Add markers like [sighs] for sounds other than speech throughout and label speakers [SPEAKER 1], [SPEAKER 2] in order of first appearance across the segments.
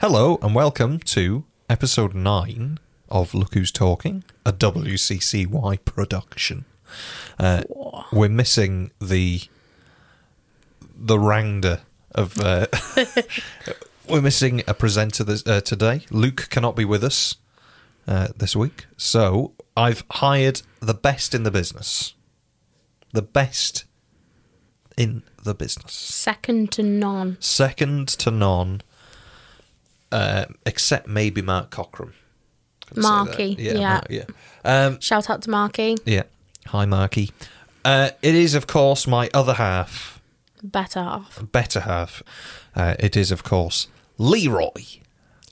[SPEAKER 1] Hello and welcome to episode 9 of Look Who's Talking, a WCCY production. Uh, we're missing the the rounder of uh, we're missing a presenter this, uh, today. Luke cannot be with us uh, this week, so I've hired the best in the business. The best in the business
[SPEAKER 2] Second to none.
[SPEAKER 1] second to none, uh, except maybe Mark Cochran. Can I say that?
[SPEAKER 2] Marky, yeah.
[SPEAKER 1] Mark- yeah. Um,
[SPEAKER 2] Shout out to Marky.
[SPEAKER 1] yeah. Hi, Marky. Uh, it is, of course, my other half,
[SPEAKER 2] Better half.
[SPEAKER 1] better half. Uh, it is, of course, Leroy.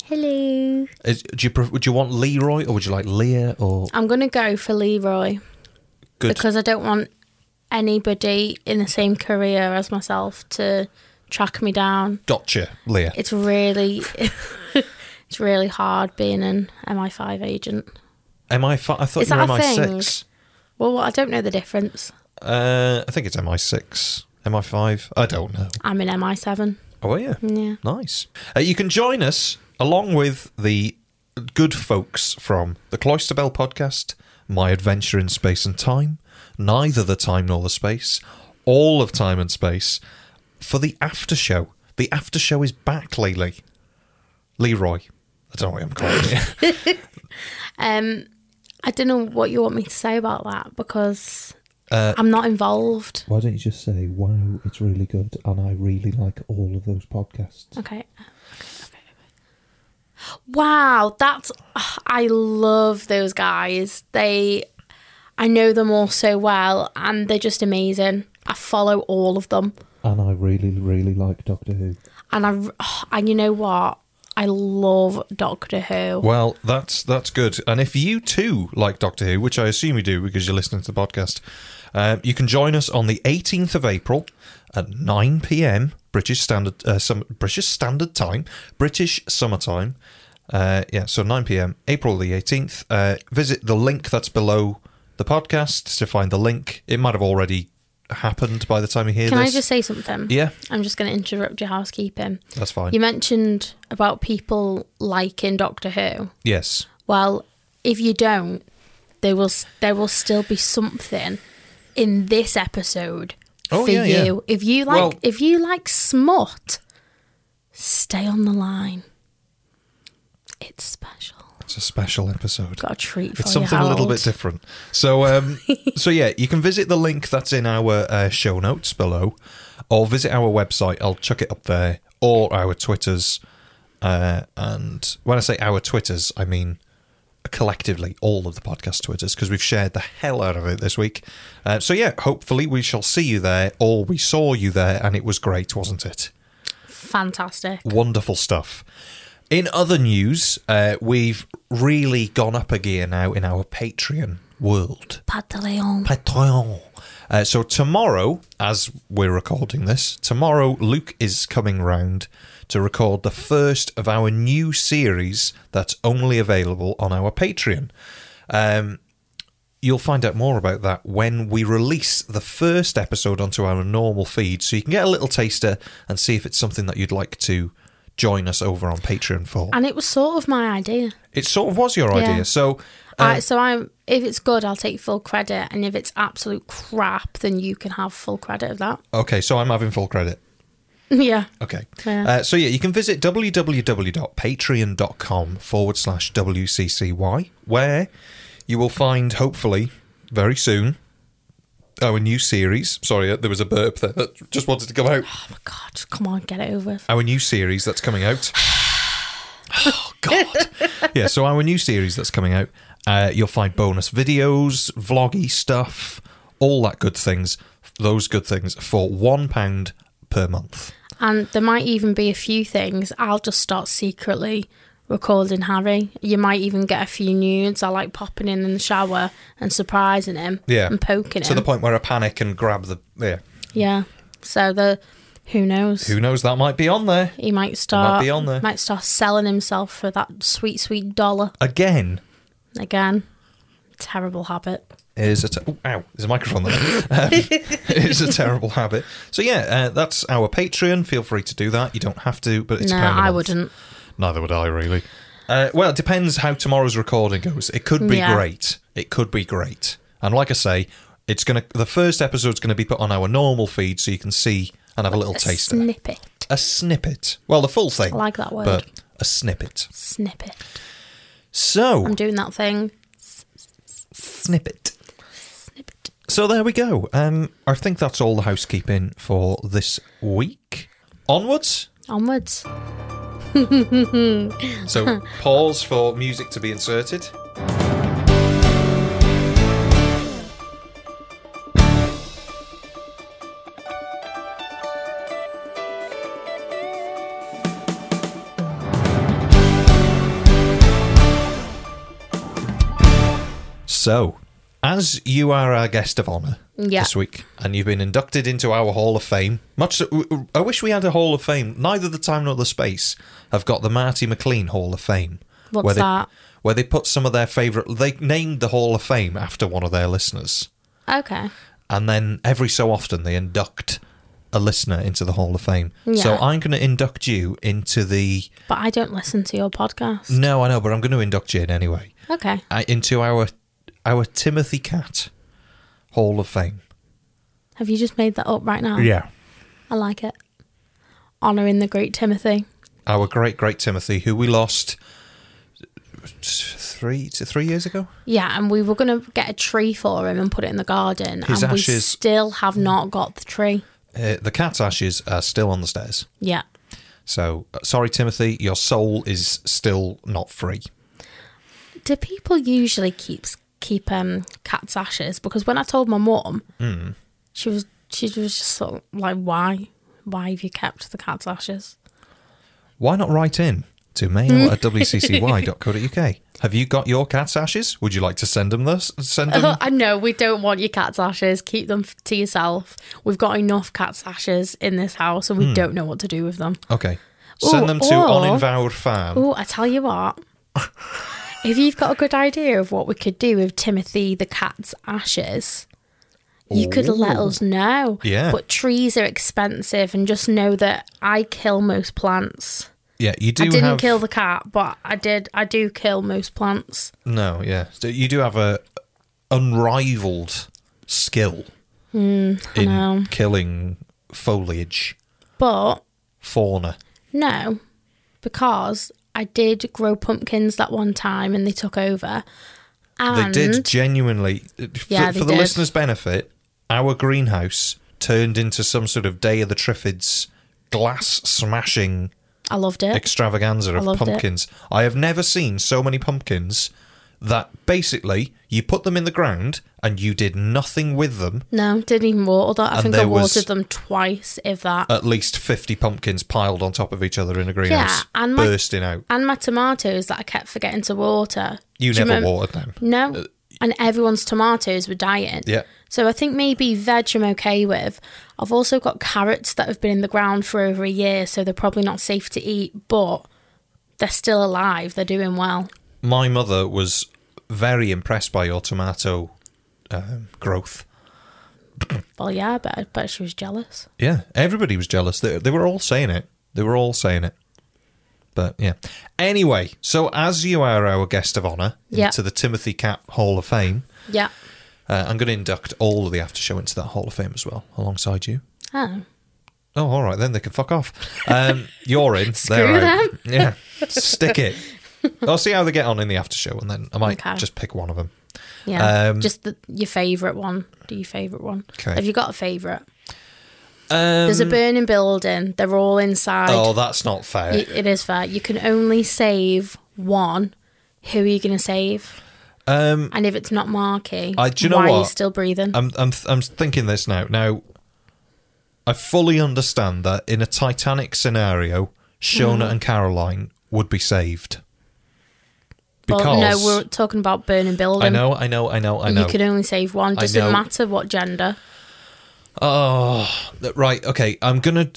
[SPEAKER 2] Hello.
[SPEAKER 1] Is, do you pref- would you want Leroy or would you like Leah or
[SPEAKER 2] I'm going to go for Leroy
[SPEAKER 1] good?
[SPEAKER 2] because I don't want anybody in the same career as myself to track me down.
[SPEAKER 1] gotcha, Leah.
[SPEAKER 2] It's really, [laughs] it's really hard being an MI5 agent.
[SPEAKER 1] MI five. I thought
[SPEAKER 2] Is
[SPEAKER 1] you were
[SPEAKER 2] that a
[SPEAKER 1] MI
[SPEAKER 2] thing?
[SPEAKER 1] six.
[SPEAKER 2] Well, what- I don't know the difference.
[SPEAKER 1] Uh, I think it's MI six. MI five. I don't know.
[SPEAKER 2] I'm in MI7.
[SPEAKER 1] Oh, are you?
[SPEAKER 2] Yeah.
[SPEAKER 1] Nice. Uh, you can join us along with the good folks from the Cloister Bell podcast, My Adventure in Space and Time, Neither the Time Nor the Space, all of Time and Space, for the after show. The after show is back, Lily. Leroy. I don't know what I'm calling it.
[SPEAKER 2] Um, I don't know what you want me to say about that because I'm not involved.
[SPEAKER 3] Why don't you just say, wow, it's really good, and I really like all of those podcasts?
[SPEAKER 2] Okay. Wow, that's ugh, I love those guys. They I know them all so well and they're just amazing. I follow all of them
[SPEAKER 3] And I really, really like Doctor Who.
[SPEAKER 2] and I ugh, and you know what? I love Doctor Who.
[SPEAKER 1] Well, that's that's good. And if you too like Doctor Who, which I assume you do because you're listening to the podcast, um, you can join us on the 18th of April at 9 p.m. British Standard uh, some British Standard Time, British Summertime. Uh, yeah, so 9 p.m. April the 18th. Uh, visit the link that's below the podcast to find the link. It might have already happened by the time you hear
[SPEAKER 2] Can
[SPEAKER 1] this.
[SPEAKER 2] I just say something?
[SPEAKER 1] Yeah.
[SPEAKER 2] I'm just going to interrupt your housekeeping.
[SPEAKER 1] That's fine.
[SPEAKER 2] You mentioned about people liking Doctor Who.
[SPEAKER 1] yes.
[SPEAKER 2] Well, if you don't, there will there will still be something in this episode
[SPEAKER 1] Oh,
[SPEAKER 2] for
[SPEAKER 1] yeah, yeah.
[SPEAKER 2] you. If you like
[SPEAKER 1] Well-
[SPEAKER 2] if you like smut, stay on the line. It's special.
[SPEAKER 1] It's a special episode.
[SPEAKER 2] Got a treat for
[SPEAKER 1] It's
[SPEAKER 2] you,
[SPEAKER 1] something a little
[SPEAKER 2] Harold.
[SPEAKER 1] bit different. So, um, so yeah, you can visit the link that's in our uh, show notes below, or visit our website. I'll chuck it up there, or our Twitters. Uh, and when I say our Twitters, I mean collectively all of the podcast Twitters because we've shared the hell out of it this week. Uh, so yeah, hopefully we shall see you there, or we saw you there, and it was great, wasn't it?
[SPEAKER 2] Fantastic.
[SPEAKER 1] Wonderful stuff. In other news, uh, we've really gone up a gear now in our Patreon world.
[SPEAKER 2] Pat de Leon.
[SPEAKER 1] Patreon. Uh, so tomorrow, as we're recording this, tomorrow Luke is coming round to record the first of our new series that's only available on our Patreon. Um, you'll find out more about that when we release the first episode onto our normal feed, so you can get a little taster and see if it's something that you'd like to join us over on Patreon for.
[SPEAKER 2] And it was sort of my idea.
[SPEAKER 1] It sort of was your idea,
[SPEAKER 2] Yeah.
[SPEAKER 1] so. Uh,
[SPEAKER 2] I, so I'm if it's good, I'll take full credit, and if it's absolute crap, then you can have full credit of that. [laughs]
[SPEAKER 1] Okay, so I'm having full credit.
[SPEAKER 2] yeah.
[SPEAKER 1] Okay.
[SPEAKER 2] Yeah.
[SPEAKER 1] Uh, so yeah, you can visit www.patreon.com forward slash WCCY, where you will find, hopefully, very soon, our new series. Sorry, uh, there was a burp there that just wanted to come out.
[SPEAKER 2] Oh my god, come on, get it over. with.
[SPEAKER 1] Our new series that's coming out. Oh, God. yeah, so our new series that's coming out, uh, you'll find bonus videos, vloggy stuff, all that good things, those good things for £1 per month.
[SPEAKER 2] And there might even be a few things. I'll just start secretly recording Harry. You might even get a few nudes. I like popping in in the shower and surprising him.
[SPEAKER 1] Yeah.
[SPEAKER 2] And poking
[SPEAKER 1] to
[SPEAKER 2] him.
[SPEAKER 1] the point where I panic and grab the yeah.
[SPEAKER 2] yeah. So the who knows?
[SPEAKER 1] Who knows? That might be on there
[SPEAKER 2] he might start
[SPEAKER 1] be on there.
[SPEAKER 2] might start selling himself for that sweet, sweet dollar
[SPEAKER 1] again.
[SPEAKER 2] again. Terrible habit.
[SPEAKER 1] Is a te- oh, ow? There's a microphone there. [laughs]
[SPEAKER 2] [laughs]
[SPEAKER 1] Um, it's a terrible habit. So yeah, uh, that's our Patreon. Feel free to do that. You don't have to, but it's a
[SPEAKER 2] no,
[SPEAKER 1] pound a
[SPEAKER 2] I
[SPEAKER 1] month.
[SPEAKER 2] wouldn't.
[SPEAKER 1] Neither would I, really. Uh, well, it depends how tomorrow's recording goes. It could be
[SPEAKER 2] Yeah.
[SPEAKER 1] great. It could be great. And like I say, it's gonna. The first episode's gonna be put on our normal feed, so you can see and have a little
[SPEAKER 2] A
[SPEAKER 1] taste of it.
[SPEAKER 2] snippet.
[SPEAKER 1] A snippet. Well, the full thing.
[SPEAKER 2] I like that word.
[SPEAKER 1] But a snippet.
[SPEAKER 2] Snippet.
[SPEAKER 1] So
[SPEAKER 2] I'm doing that thing.
[SPEAKER 1] snippet.
[SPEAKER 2] Snippet.
[SPEAKER 1] So there we go. Um, I think that's all the housekeeping for this week. Onwards.
[SPEAKER 2] Onwards. [laughs]
[SPEAKER 1] So pause for music to be inserted. So, as you are our guest of honour
[SPEAKER 2] Yeah.
[SPEAKER 1] this week, and you've been inducted into our Hall of Fame, much I wish we had a Hall of Fame. Neither the time nor the space have got the Marty McLean Hall of Fame.
[SPEAKER 2] What's
[SPEAKER 1] where they,
[SPEAKER 2] that?
[SPEAKER 1] Where they put some of their favourite. They named the Hall of Fame after one of their listeners,
[SPEAKER 2] Okay.
[SPEAKER 1] and then every so often they induct a listener into the Hall of Fame. So
[SPEAKER 2] Yeah.
[SPEAKER 1] I'm going to induct you into the.
[SPEAKER 2] But I don't listen to your podcast.
[SPEAKER 1] No, I know, but I'm going to induct you in anyway.
[SPEAKER 2] Okay.
[SPEAKER 1] I, into our our Timothy Cat Hall of Fame.
[SPEAKER 2] Have you just made that up right now?
[SPEAKER 1] Yeah.
[SPEAKER 2] I like it. Honouring the great Timothy.
[SPEAKER 1] Our great great Timothy, who we lost three to three years ago.
[SPEAKER 2] Yeah, and we were going to get a tree for him and put it in the garden.
[SPEAKER 1] His
[SPEAKER 2] and we
[SPEAKER 1] ashes- Mm.
[SPEAKER 2] still have not got the tree.
[SPEAKER 1] Uh, the cat's ashes are still on the stairs.
[SPEAKER 2] Yeah.
[SPEAKER 1] So uh, sorry, Timothy, your soul is still not free.
[SPEAKER 2] Do people usually keep keep um cat's ashes? Because when I told my mum,
[SPEAKER 1] Mm.
[SPEAKER 2] she was she was just sort of like, why, why have you kept the cat's ashes? [laughs]
[SPEAKER 1] Why not write in to mail at wccy.co.uk? Have you got your cat's ashes? Would you like to send them this? Send them.
[SPEAKER 2] I know we don't want your cat's ashes. Keep them f- to yourself. We've got enough cat's ashes in this house,
[SPEAKER 1] Mm.
[SPEAKER 2] and we don't know what to do with them.
[SPEAKER 1] Okay. Send
[SPEAKER 2] Uh-huh. Ooh,
[SPEAKER 1] them to
[SPEAKER 2] or-
[SPEAKER 1] On Invour Farm.
[SPEAKER 2] Oh, I tell you what. if you've got a good idea of what we could do with Timothy the cat's ashes, you could let us know.
[SPEAKER 1] Yeah.
[SPEAKER 2] But trees are expensive, and just know that I kill most plants.
[SPEAKER 1] Yeah, you do
[SPEAKER 2] I didn't
[SPEAKER 1] have.
[SPEAKER 2] kill the cat, but I did. I do kill most plants.
[SPEAKER 1] No, yeah. So You do have a unrivaled skill in
[SPEAKER 2] Hmm, know.
[SPEAKER 1] killing foliage,
[SPEAKER 2] But
[SPEAKER 1] fauna.
[SPEAKER 2] No, because I did grow pumpkins that one time and they took over.
[SPEAKER 1] They
[SPEAKER 2] And
[SPEAKER 1] did genuinely, uh, for,
[SPEAKER 2] Yeah, they
[SPEAKER 1] for the
[SPEAKER 2] did.
[SPEAKER 1] listeners' benefit, our greenhouse turned into some sort of Day of the Triffids glass smashing
[SPEAKER 2] I loved it.
[SPEAKER 1] extravaganza of
[SPEAKER 2] loved it.
[SPEAKER 1] pumpkins. I have never seen so many pumpkins that basically you put them in the ground and you did nothing with them.
[SPEAKER 2] no, didn't even water that. I
[SPEAKER 1] And
[SPEAKER 2] think I
[SPEAKER 1] there
[SPEAKER 2] watered
[SPEAKER 1] was-
[SPEAKER 2] them twice, if that.
[SPEAKER 1] At least 50 pumpkins piled on top of each other in a greenhouse,
[SPEAKER 2] and my-
[SPEAKER 1] bursting out.
[SPEAKER 2] and my tomatoes that I kept forgetting to water.
[SPEAKER 1] You
[SPEAKER 2] Do
[SPEAKER 1] never
[SPEAKER 2] remem-
[SPEAKER 1] watered them.
[SPEAKER 2] No. and everyone's tomatoes were dying.
[SPEAKER 1] Uh, Yeah.
[SPEAKER 2] So I think maybe veg I'm okay with. I've also got carrots that have been in the ground for over a year, so they're probably not safe to eat, but they're still alive. They're doing well.
[SPEAKER 1] My mother was very impressed by your tomato um, growth.
[SPEAKER 2] Well, yeah, but I bet she was jealous.
[SPEAKER 1] Yeah, everybody was jealous. They, they were all saying it. They were all saying it. But yeah. Anyway, so as you are our guest of honour
[SPEAKER 2] Yeah.
[SPEAKER 1] into the Timothy Cat Hall of Fame,
[SPEAKER 2] Yeah.
[SPEAKER 1] uh, I'm going to induct all of the after show into that Hall of Fame as well, alongside you.
[SPEAKER 2] Oh.
[SPEAKER 1] Oh, all right, then they can fuck off. Um,
[SPEAKER 2] [laughs]
[SPEAKER 1] you're in. They're
[SPEAKER 2] Screw
[SPEAKER 1] out. [laughs] Yeah, stick it. I'll see how they get on in the after show, and then I might
[SPEAKER 2] Okay.
[SPEAKER 1] just pick one of them.
[SPEAKER 2] Yeah,
[SPEAKER 1] Um,
[SPEAKER 2] just the, your favorite one. Do your favorite one.
[SPEAKER 1] 'Kay.
[SPEAKER 2] Have you got a favorite?
[SPEAKER 1] Um,
[SPEAKER 2] There's a burning building. They're all inside.
[SPEAKER 1] oh, that's not fair.
[SPEAKER 2] Y- it is fair. You can only save one. Who are you going to save?
[SPEAKER 1] Um,
[SPEAKER 2] And if it's not Marky,
[SPEAKER 1] I- do you know
[SPEAKER 2] why are you
[SPEAKER 1] what? Uh,
[SPEAKER 2] still breathing?
[SPEAKER 1] I'm I'm I'm thinking this now. Now, I fully understand that in a Titanic scenario, Shona
[SPEAKER 2] Mm-hmm.
[SPEAKER 1] and Caroline would be saved because
[SPEAKER 2] well, no, we're talking about burning building.
[SPEAKER 1] I know, I know, I know, I know.
[SPEAKER 2] You can only save one.
[SPEAKER 1] I
[SPEAKER 2] Doesn't
[SPEAKER 1] know.
[SPEAKER 2] matter what gender.
[SPEAKER 1] Oh, that- right. Okay, I'm gonna.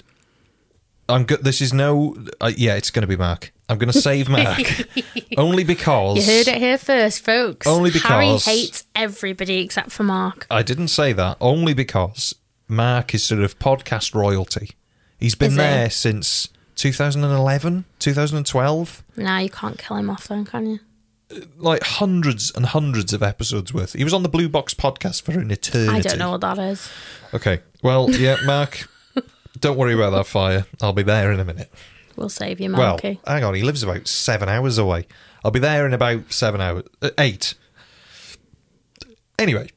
[SPEAKER 1] I'm good. This is no. Uh, yeah, it's gonna be Mark. I'm gonna save Mark
[SPEAKER 2] [laughs]
[SPEAKER 1] only because
[SPEAKER 2] You heard it here first, folks.
[SPEAKER 1] Only
[SPEAKER 2] Harry
[SPEAKER 1] because-
[SPEAKER 2] hates everybody except for Mark.
[SPEAKER 1] I didn't say that only because Mark is sort of podcast royalty. He's been
[SPEAKER 2] Is he?
[SPEAKER 1] there since 2011, 2012,
[SPEAKER 2] Nah, you can't kill him off then, can you?
[SPEAKER 1] like hundreds and hundreds of episodes worth. He was on the Blue Box podcast for an eternity.
[SPEAKER 2] I don't know what that is.
[SPEAKER 1] Okay. Well, yeah, Mark, don't worry about that fire. I'll be there in a minute.
[SPEAKER 2] We'll save you, Marky.
[SPEAKER 1] Well, hang on. He lives about seven hours away. I'll be there in about seven hours, uh, eight. Anyway,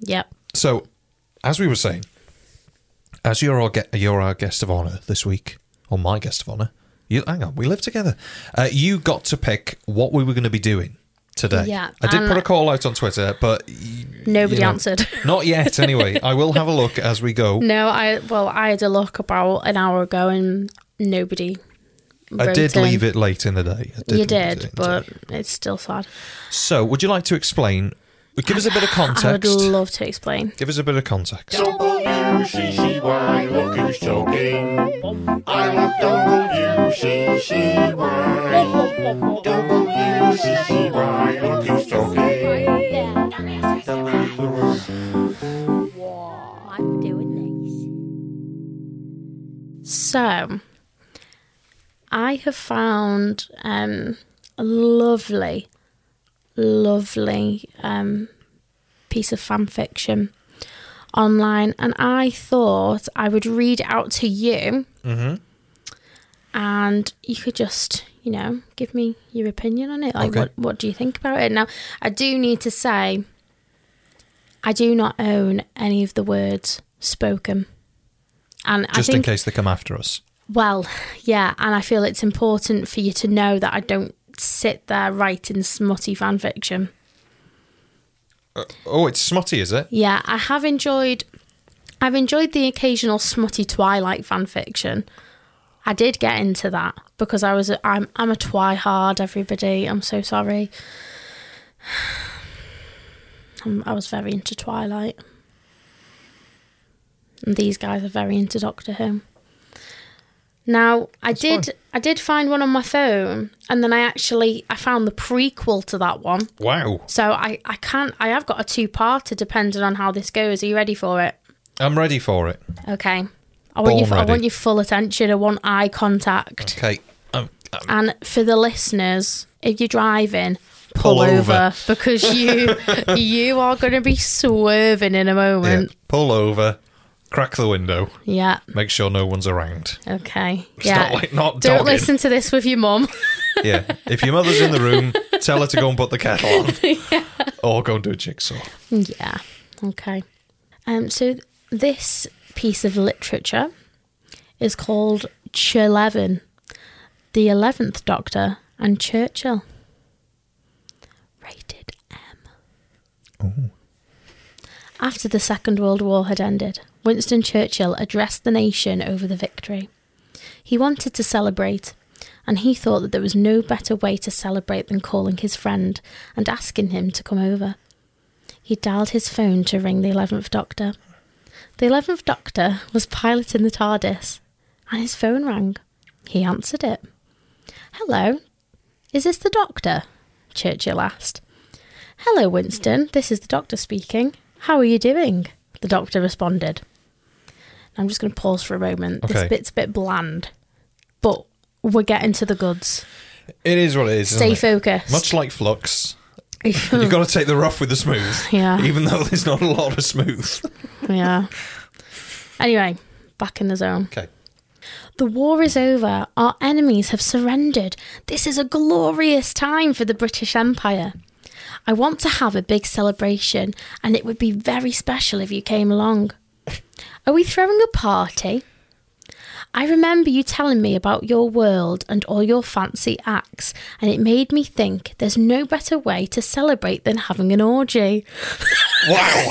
[SPEAKER 2] yep.
[SPEAKER 1] so as we were saying, as you're our ge- you're our guest of honor this week, or my guest of honor. You hang on. We live together. Uh, you got to pick what we were going to be doing today.
[SPEAKER 2] Yeah,
[SPEAKER 1] I did
[SPEAKER 2] and-
[SPEAKER 1] put a call out on Twitter, but y-
[SPEAKER 2] Nobody
[SPEAKER 1] you know,
[SPEAKER 2] answered. [laughs]
[SPEAKER 1] Not yet. Anyway, I will have a look as we go.
[SPEAKER 2] No, I well, I had a look about an hour ago and nobody.
[SPEAKER 1] I
[SPEAKER 2] wrote
[SPEAKER 1] did
[SPEAKER 2] in.
[SPEAKER 1] leave it late in the day. I
[SPEAKER 2] you
[SPEAKER 1] leave it
[SPEAKER 2] did,
[SPEAKER 1] in the
[SPEAKER 2] but
[SPEAKER 1] day.
[SPEAKER 2] it's still sad.
[SPEAKER 1] so would you like to explain? Give us a bit of
[SPEAKER 2] [sighs] I would
[SPEAKER 1] context.
[SPEAKER 2] love to explain.
[SPEAKER 1] Give us a bit of context.
[SPEAKER 4] W-C-C-Y, look who's talking. I love W-C-C-Y. W-C-C-Y, look who's talking.
[SPEAKER 2] I'm doing this. So, I have found um, a lovely, lovely um, piece of fan fiction online, and I thought I would read it out to you,
[SPEAKER 1] Mm-hmm.
[SPEAKER 2] and you could just, you know, give me your opinion on it. Like,
[SPEAKER 1] Okay.
[SPEAKER 2] what, what do you think about it? Now, I do need to say. I do not own any of the words spoken. And
[SPEAKER 1] Just
[SPEAKER 2] I
[SPEAKER 1] in
[SPEAKER 2] think,
[SPEAKER 1] case they come after us.
[SPEAKER 2] well, yeah, and I feel it's important for you to know that I don't sit there writing smutty fan fiction.
[SPEAKER 1] Oh, it's smutty, is it?
[SPEAKER 2] Yeah, I have enjoyed. I've enjoyed the occasional smutty Twilight fan fiction. I did get into that because I was a, I'm I'm a twihard. Everybody, I'm so sorry. [sighs] Um, I was very into Twilight, and these guys are very into Doctor Who. Now, I did
[SPEAKER 1] fine.
[SPEAKER 2] I did find one on my phone, and then I actually I found the prequel to that one.
[SPEAKER 1] Wow.
[SPEAKER 2] So I, I can't. I have got a two-parter, depending on how this goes. Are you ready for it?
[SPEAKER 1] I'm ready for it.
[SPEAKER 2] Okay. I want you.
[SPEAKER 1] Born
[SPEAKER 2] I
[SPEAKER 1] ready.
[SPEAKER 2] want your full attention. I want eye contact.
[SPEAKER 1] Okay. Um, um,
[SPEAKER 2] And for the listeners, if you're driving, pull,
[SPEAKER 1] Pull
[SPEAKER 2] over.
[SPEAKER 1] over.
[SPEAKER 2] [laughs] because you you are going to be swerving in a
[SPEAKER 1] yeah.
[SPEAKER 2] moment.
[SPEAKER 1] Pull over, crack the window,
[SPEAKER 2] Yeah.
[SPEAKER 1] make sure no one's around.
[SPEAKER 2] Okay.
[SPEAKER 1] It's
[SPEAKER 2] yeah.
[SPEAKER 1] not like not
[SPEAKER 2] Don't
[SPEAKER 1] dogging.
[SPEAKER 2] listen to this with your mum.
[SPEAKER 1] [laughs] Yeah. If your mother's in the room, tell her to go and put the kettle on.
[SPEAKER 2] [laughs]
[SPEAKER 1] Or go and do a jigsaw.
[SPEAKER 2] Yeah. Okay. Um, so this piece of literature is called Chilevin, the Eleventh Doctor and Churchill. Rated M. After the Second World War had ended, Winston Churchill addressed the nation over the victory. He wanted to celebrate, and he thought that there was no better way to celebrate than calling his friend and asking him to come over he dialed his phone to ring the 11th Doctor. The 11th Doctor was piloting the TARDIS, and his phone rang. He answered it. Hello, is this the Doctor? Churchill asked. Hello, Winston, this is the Doctor speaking. How are you doing? The Doctor responded. I'm just going to pause for a moment. This
[SPEAKER 1] Okay.
[SPEAKER 2] bit's a bit bland, but we're getting to the goods.
[SPEAKER 1] It is what it is.
[SPEAKER 2] Stay
[SPEAKER 1] isn't it?
[SPEAKER 2] focused. Hmm.
[SPEAKER 1] Much like flux. You've got to take the rough with the smooth.
[SPEAKER 2] Yeah.
[SPEAKER 1] Even though there's not a lot of smooth.
[SPEAKER 2] [laughs]
[SPEAKER 1] [laughs]
[SPEAKER 2] yeah. Anyway, back in the zone.
[SPEAKER 1] Okay.
[SPEAKER 2] The war is over. Our enemies have surrendered. This is a glorious time for the British Empire. I want to have a big celebration, and it would be very special if you came along. Are we throwing a party? I remember you telling me about your world and all your fancy acts, and it made me think there's no better way to celebrate than having an orgy.
[SPEAKER 1] Wow.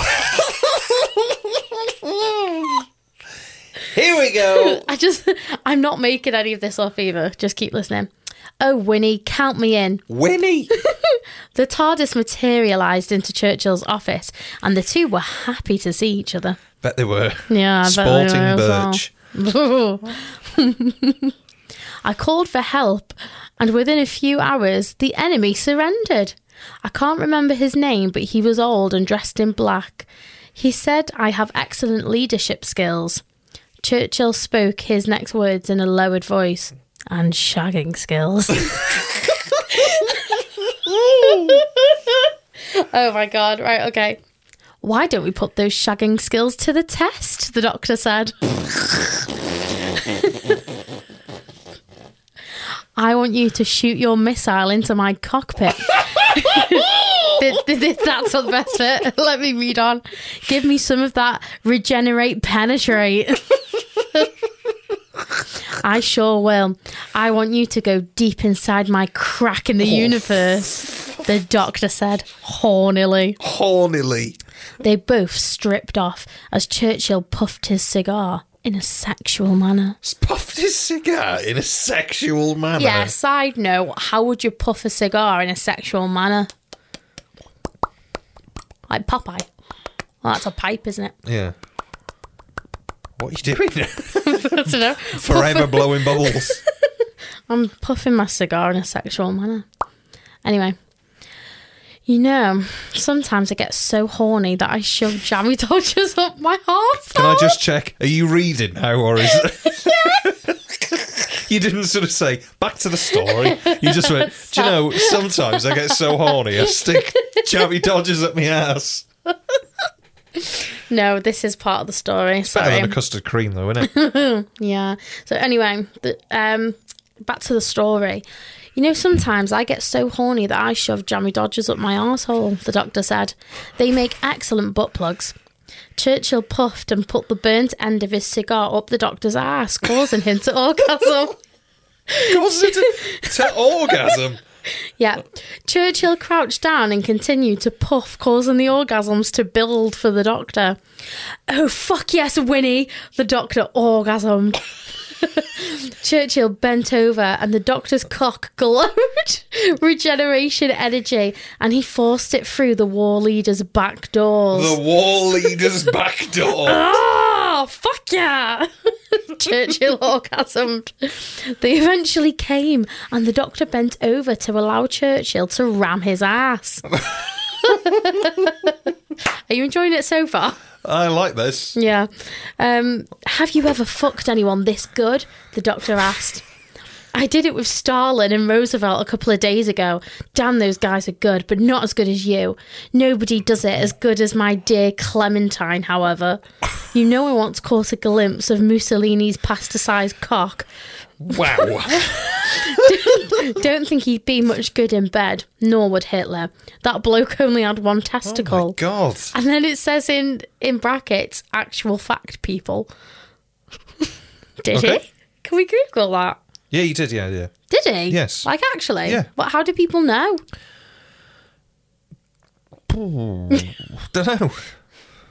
[SPEAKER 1] Here we go.
[SPEAKER 2] I just, [laughs] I'm not making any of this up either. Just keep listening. Oh, Winnie, count me in.
[SPEAKER 1] Winnie.
[SPEAKER 2] The TARDIS materialised into Churchill's office, and the two were happy to see each other.
[SPEAKER 1] Bet they were.
[SPEAKER 2] Yeah, I bet they
[SPEAKER 1] Sporting
[SPEAKER 2] were as well.
[SPEAKER 1] birch.
[SPEAKER 2] [laughs] I called for help, and within a few hours, the enemy surrendered. I can't remember his name, but he was old and dressed in black. He said, I have excellent leadership skills. Churchill spoke his next words in a lowered voice. and shagging skills. [laughs] oh my god, right, okay. Why don't we put those shagging skills to the test? The doctor said. I want you to shoot your missile into my cockpit. [laughs] Th- th- th- That's not the best bit. [laughs] Let me read on. Give me some of that regenerate penetrate. [laughs] I sure will. I want you to go deep inside my crack in the universe, the doctor said hornily.
[SPEAKER 1] Hornily.
[SPEAKER 2] They both stripped off as Churchill puffed his cigar in a sexual manner.
[SPEAKER 1] He's puffed his cigar in a sexual manner.
[SPEAKER 2] Yeah, side note, how would you puff a cigar in a sexual manner? Like Popeye. Well, that's a pipe,
[SPEAKER 1] [laughs]
[SPEAKER 2] isn't it?
[SPEAKER 1] Yeah. What are you doing? [laughs]
[SPEAKER 2] I don't know.
[SPEAKER 1] Forever blowing bubbles.
[SPEAKER 2] I'm puffing my cigar in a sexual manner. Anyway, you know, sometimes I get so horny that I shove [laughs] jammy dodgers up my
[SPEAKER 1] Can
[SPEAKER 2] arsehole.
[SPEAKER 1] I just check? Are you reading now, or is you didn't sort of say back to the story? You just went. Do you know? Sometimes I get so horny, I stick jammy dodgers at my ass.
[SPEAKER 2] No, this is part of the story.
[SPEAKER 1] Better
[SPEAKER 2] Sorry.
[SPEAKER 1] than a custard cream, though, isn't [laughs] it?
[SPEAKER 2] Yeah. So anyway, the, um, back to the story. You know, sometimes I get so horny that I shove jammy dodgers up my arsehole, the doctor said. They make excellent butt plugs. Churchill puffed and put the burnt end of his cigar up the doctor's ass, causing him to [laughs] orgasm.
[SPEAKER 1] Causes it to, to [laughs] orgasm.
[SPEAKER 2] Yeah. Churchill crouched down and continued to puff, causing the orgasms to build for the doctor. Oh, fuck yes, Winnie! The doctor orgasmed. [laughs] Churchill bent over and the doctor's cock [laughs] glowed regeneration energy and he forced it through the war leader's back doors.
[SPEAKER 1] The wall leader's back door.
[SPEAKER 2] Oh, fuck yeah! [laughs] Churchill orgasmed. They eventually came, and the doctor bent over to allow Churchill to ram his ass. [laughs] Are you enjoying it so far?
[SPEAKER 1] I like this.
[SPEAKER 2] Yeah. Um, have you ever fucked anyone this good? The doctor asked. I did it with Stalin and Roosevelt a couple of days ago. Damn, those guys are good, but not as good as you. Nobody does it as good as my dear Clementine, however. You know, I once caught a glimpse of Mussolini's plasticized cock.
[SPEAKER 1] Wow.
[SPEAKER 2] Don't think he'd be much good in bed, nor would Hitler. That bloke only had one testicle.
[SPEAKER 1] My [laughs] God.
[SPEAKER 2] And then it says in in brackets, actual fact people. [laughs] Did
[SPEAKER 1] Okay.
[SPEAKER 2] he? Can we Google that?
[SPEAKER 1] Yeah, you did. Yeah, yeah.
[SPEAKER 2] Did he?
[SPEAKER 1] Yes.
[SPEAKER 2] Like actually.
[SPEAKER 1] Yeah.
[SPEAKER 2] What? How do people know?
[SPEAKER 1] Don't know.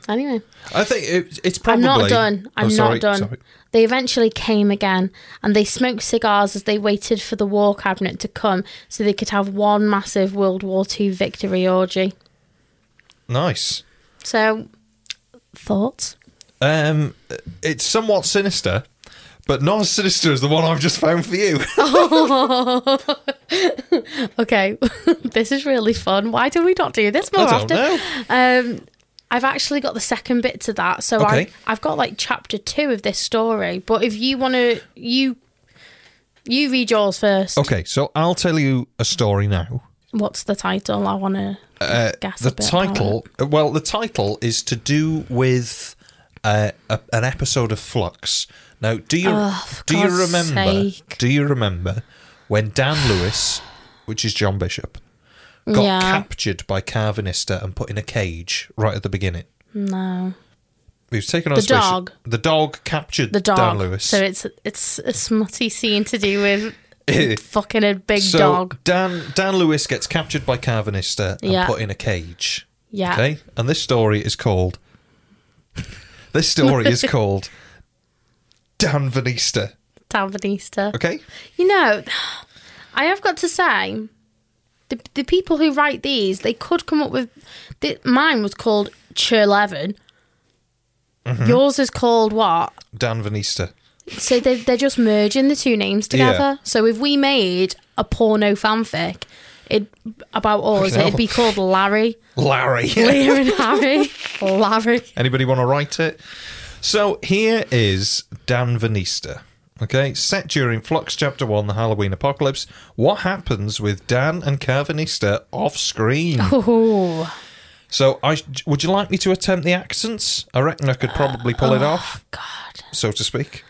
[SPEAKER 2] Anyway,
[SPEAKER 1] I think it, it's probably.
[SPEAKER 2] I'm not done.
[SPEAKER 1] Oh,
[SPEAKER 2] I'm not
[SPEAKER 1] sorry,
[SPEAKER 2] done.
[SPEAKER 1] sorry.
[SPEAKER 2] They eventually came again, and they smoked cigars as they waited for the war cabinet to come, so they could have one massive World War II victory orgy.
[SPEAKER 1] Nice.
[SPEAKER 2] So, thoughts?
[SPEAKER 1] Um, it's somewhat sinister, but not as sinister as the one I've just found for you. [laughs]
[SPEAKER 2] Okay, [laughs] this is really fun. Why do we not do this more
[SPEAKER 1] I don't
[SPEAKER 2] often?
[SPEAKER 1] know.
[SPEAKER 2] Um, I've actually got the second bit to that, so I,
[SPEAKER 1] Okay.
[SPEAKER 2] I've got like chapter two of this story. But if you want to, you you read yours first.
[SPEAKER 1] Okay, so I'll tell you a story now.
[SPEAKER 2] What's the title? I want to guess.
[SPEAKER 1] Uh, The
[SPEAKER 2] a bit
[SPEAKER 1] title, uh, well, the title is to do with uh, a, an episode of Flux. Now, do you
[SPEAKER 2] Oh, for
[SPEAKER 1] do you
[SPEAKER 2] God's
[SPEAKER 1] remember?
[SPEAKER 2] sake.
[SPEAKER 1] Do you remember when Dan Lewis, which is John Bishop, got
[SPEAKER 2] Yeah.
[SPEAKER 1] captured by Carvinista and put in a cage right at the beginning?
[SPEAKER 2] about it. No,
[SPEAKER 1] He was taken on
[SPEAKER 2] The
[SPEAKER 1] a spaceship.
[SPEAKER 2] dog.
[SPEAKER 1] The dog captured
[SPEAKER 2] the dog.
[SPEAKER 1] Dan Lewis.
[SPEAKER 2] So it's it's a smutty scene to do
[SPEAKER 1] [laughs]
[SPEAKER 2] with fucking a big
[SPEAKER 1] so
[SPEAKER 2] dog.
[SPEAKER 1] Dan Dan Lewis gets captured by Carvinista and
[SPEAKER 2] Yeah.
[SPEAKER 1] put in a cage.
[SPEAKER 2] Yeah.
[SPEAKER 1] Okay. And this story is called. [laughs] This story is called
[SPEAKER 2] [laughs]
[SPEAKER 1] Dan Vanista.
[SPEAKER 2] Dan Easter.
[SPEAKER 1] Okay.
[SPEAKER 2] You know, I have got to say, the, the people who write these, they could come up with. The, mine was called Churlevin.
[SPEAKER 1] Mm-hmm.
[SPEAKER 2] Yours is called what?
[SPEAKER 1] Dan Vanista.
[SPEAKER 2] So they, they're just merging the two names
[SPEAKER 1] Yeah.
[SPEAKER 2] together. So if we made a porno fanfic it, about us,
[SPEAKER 1] Fucking
[SPEAKER 2] it'd be
[SPEAKER 1] [laughs]
[SPEAKER 2] called Larry.
[SPEAKER 1] Larry.
[SPEAKER 2] Leah and Harry. Larry.
[SPEAKER 1] Anybody want to write it? So here is Dan Vanista. Okay, set during Flux Chapter 1, The Halloween Apocalypse. What happens with Dan and Calvinista off screen?
[SPEAKER 2] Oh,
[SPEAKER 1] So, I would you like me to attempt the accents? I reckon I could probably pull it off,
[SPEAKER 2] God.
[SPEAKER 1] so to speak.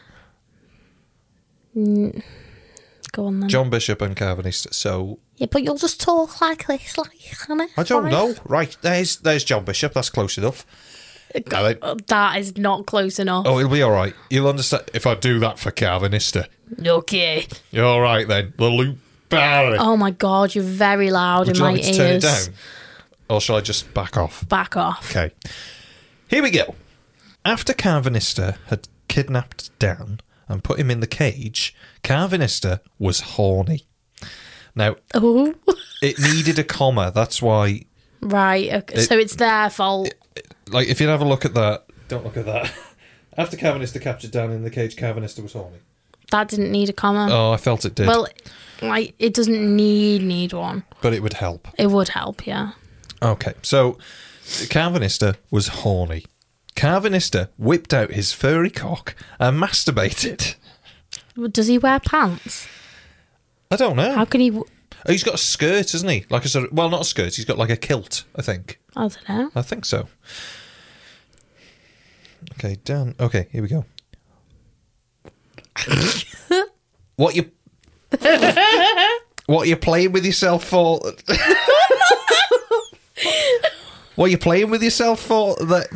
[SPEAKER 2] Go on then.
[SPEAKER 1] John Bishop and Calvinista. So,
[SPEAKER 2] yeah, but you'll just talk like this, like, Hannah.
[SPEAKER 1] I don't
[SPEAKER 2] like-
[SPEAKER 1] know. Right, there's there's John Bishop. That's close enough. Now then-
[SPEAKER 2] Uh, That is not close enough.
[SPEAKER 1] oh, it'll be all right. You'll understand if I do that for Calvinista.
[SPEAKER 2] Okay.
[SPEAKER 1] You're all right then. The Luke Barry.
[SPEAKER 2] Oh my God, you're very loud
[SPEAKER 1] Would
[SPEAKER 2] in
[SPEAKER 1] you
[SPEAKER 2] my
[SPEAKER 1] like me to
[SPEAKER 2] ears.
[SPEAKER 1] turn it down, or shall I just back off?
[SPEAKER 2] Back off.
[SPEAKER 1] Okay. Here we go. After Carvinista had kidnapped Dan and put him in the cage, Carvinista was horny. Now,
[SPEAKER 2] [laughs] Oh,
[SPEAKER 1] it needed a comma. That's why,
[SPEAKER 2] right. Okay. so it's their fault.
[SPEAKER 1] like, if you have a look at that. Don't look at that. [laughs] After Carvinista captured Dan in the cage, Carvinista was horny.
[SPEAKER 2] that didn't need a comma.
[SPEAKER 1] Oh, I felt it did.
[SPEAKER 2] well, like it doesn't need need one.
[SPEAKER 1] but it would help.
[SPEAKER 2] It would help, yeah.
[SPEAKER 1] Okay, so Calvinista was horny. Calvinista whipped out his furry cock and masturbated.
[SPEAKER 2] Does he wear pants?
[SPEAKER 1] I don't know.
[SPEAKER 2] How can he? w-
[SPEAKER 1] Oh, He's got a skirt, isn't he? Like a sort of, well, not a skirt. He's got like a kilt, I think.
[SPEAKER 2] I
[SPEAKER 1] [laughs]
[SPEAKER 2] don't know.
[SPEAKER 1] I think so. Okay, Dan. Okay, here we go. what you? what you playing with yourself for? [laughs] what you playing with yourself for? That.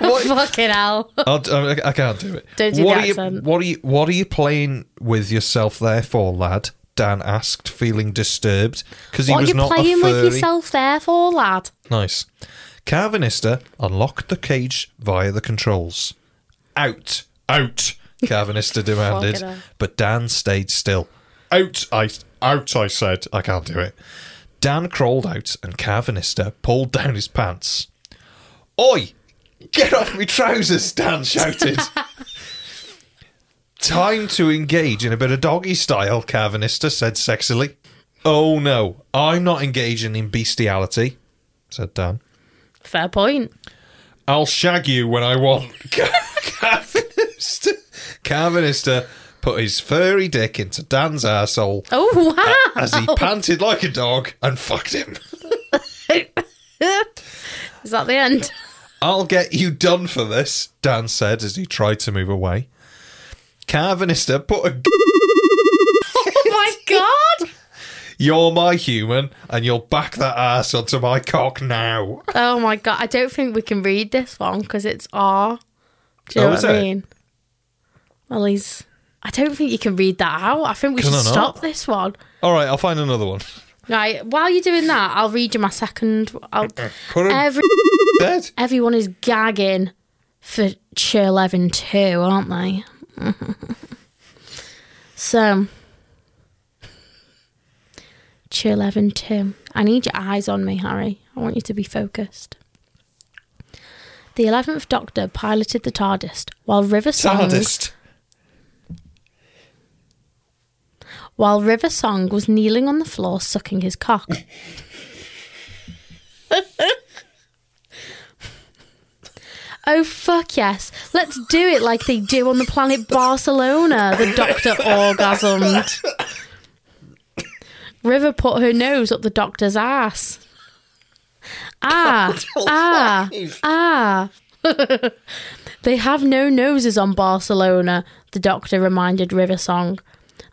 [SPEAKER 1] What,
[SPEAKER 2] Fucking hell.
[SPEAKER 1] I'll, I- I can't do it.
[SPEAKER 2] Don't do
[SPEAKER 1] what
[SPEAKER 2] the
[SPEAKER 1] are you,
[SPEAKER 2] accent.
[SPEAKER 1] What are you? What are you playing with yourself there for, lad? Dan asked, feeling disturbed because he
[SPEAKER 2] what are
[SPEAKER 1] was
[SPEAKER 2] you
[SPEAKER 1] not
[SPEAKER 2] playing
[SPEAKER 1] a furry.
[SPEAKER 2] with yourself there for, lad?
[SPEAKER 1] Nice. Carvinista unlocked the cage via the controls. Out, out. Carvinista demanded,
[SPEAKER 2] hell.
[SPEAKER 1] but Dan stayed still. Out, I out. I said, I can't do it. Dan crawled out, and Carvinista pulled down his pants. Oi! Get off me trousers, Dan shouted. Time to engage in a bit of doggy style, Carvinista said sexily. Oh no, I'm not engaging in bestiality, said Dan.
[SPEAKER 2] Fair point.
[SPEAKER 1] I'll shag you when I [laughs] want. Carvinista, Carvinista uh, put his furry dick into Dan's arsehole
[SPEAKER 2] Oh
[SPEAKER 1] Uh,
[SPEAKER 2] wow.
[SPEAKER 1] as he panted like a dog and fucked him.
[SPEAKER 2] [laughs] Is that
[SPEAKER 1] [laughs]
[SPEAKER 2] the end?
[SPEAKER 1] I'll get you done for this, Dan said as he tried to move away. Carvinista put a
[SPEAKER 2] oh my god.
[SPEAKER 1] You're my human, and you'll back that ass onto my cock now.
[SPEAKER 2] Oh my god. I don't think we can read this one because it's R. Do you
[SPEAKER 1] Oh,
[SPEAKER 2] know
[SPEAKER 1] is
[SPEAKER 2] what I
[SPEAKER 1] it?
[SPEAKER 2] mean? Well, he's. I don't think you can read that out. I think we
[SPEAKER 1] Can I
[SPEAKER 2] should
[SPEAKER 1] not?
[SPEAKER 2] stop this one.
[SPEAKER 1] All right, I'll find another one.
[SPEAKER 2] Right, while you're doing that, I'll read you my second. I'll,
[SPEAKER 1] Put him
[SPEAKER 2] every,
[SPEAKER 1] dead.
[SPEAKER 2] everyone is gagging for Cheer 11 too, aren't they? [laughs] so, Cheer 11 too. I need your eyes on me, Harry. I want you to be focused. The 11th Doctor piloted the TARDIS while River Song.
[SPEAKER 1] Tardist.
[SPEAKER 2] while River Song was kneeling on the floor sucking his cock. oh, fuck yes. Let's do it like they do on the planet Barcelona, the doctor orgasmed. River put her nose up the doctor's ass. Ah, ah, ah. [laughs] They have no noses on Barcelona, the doctor reminded River Song.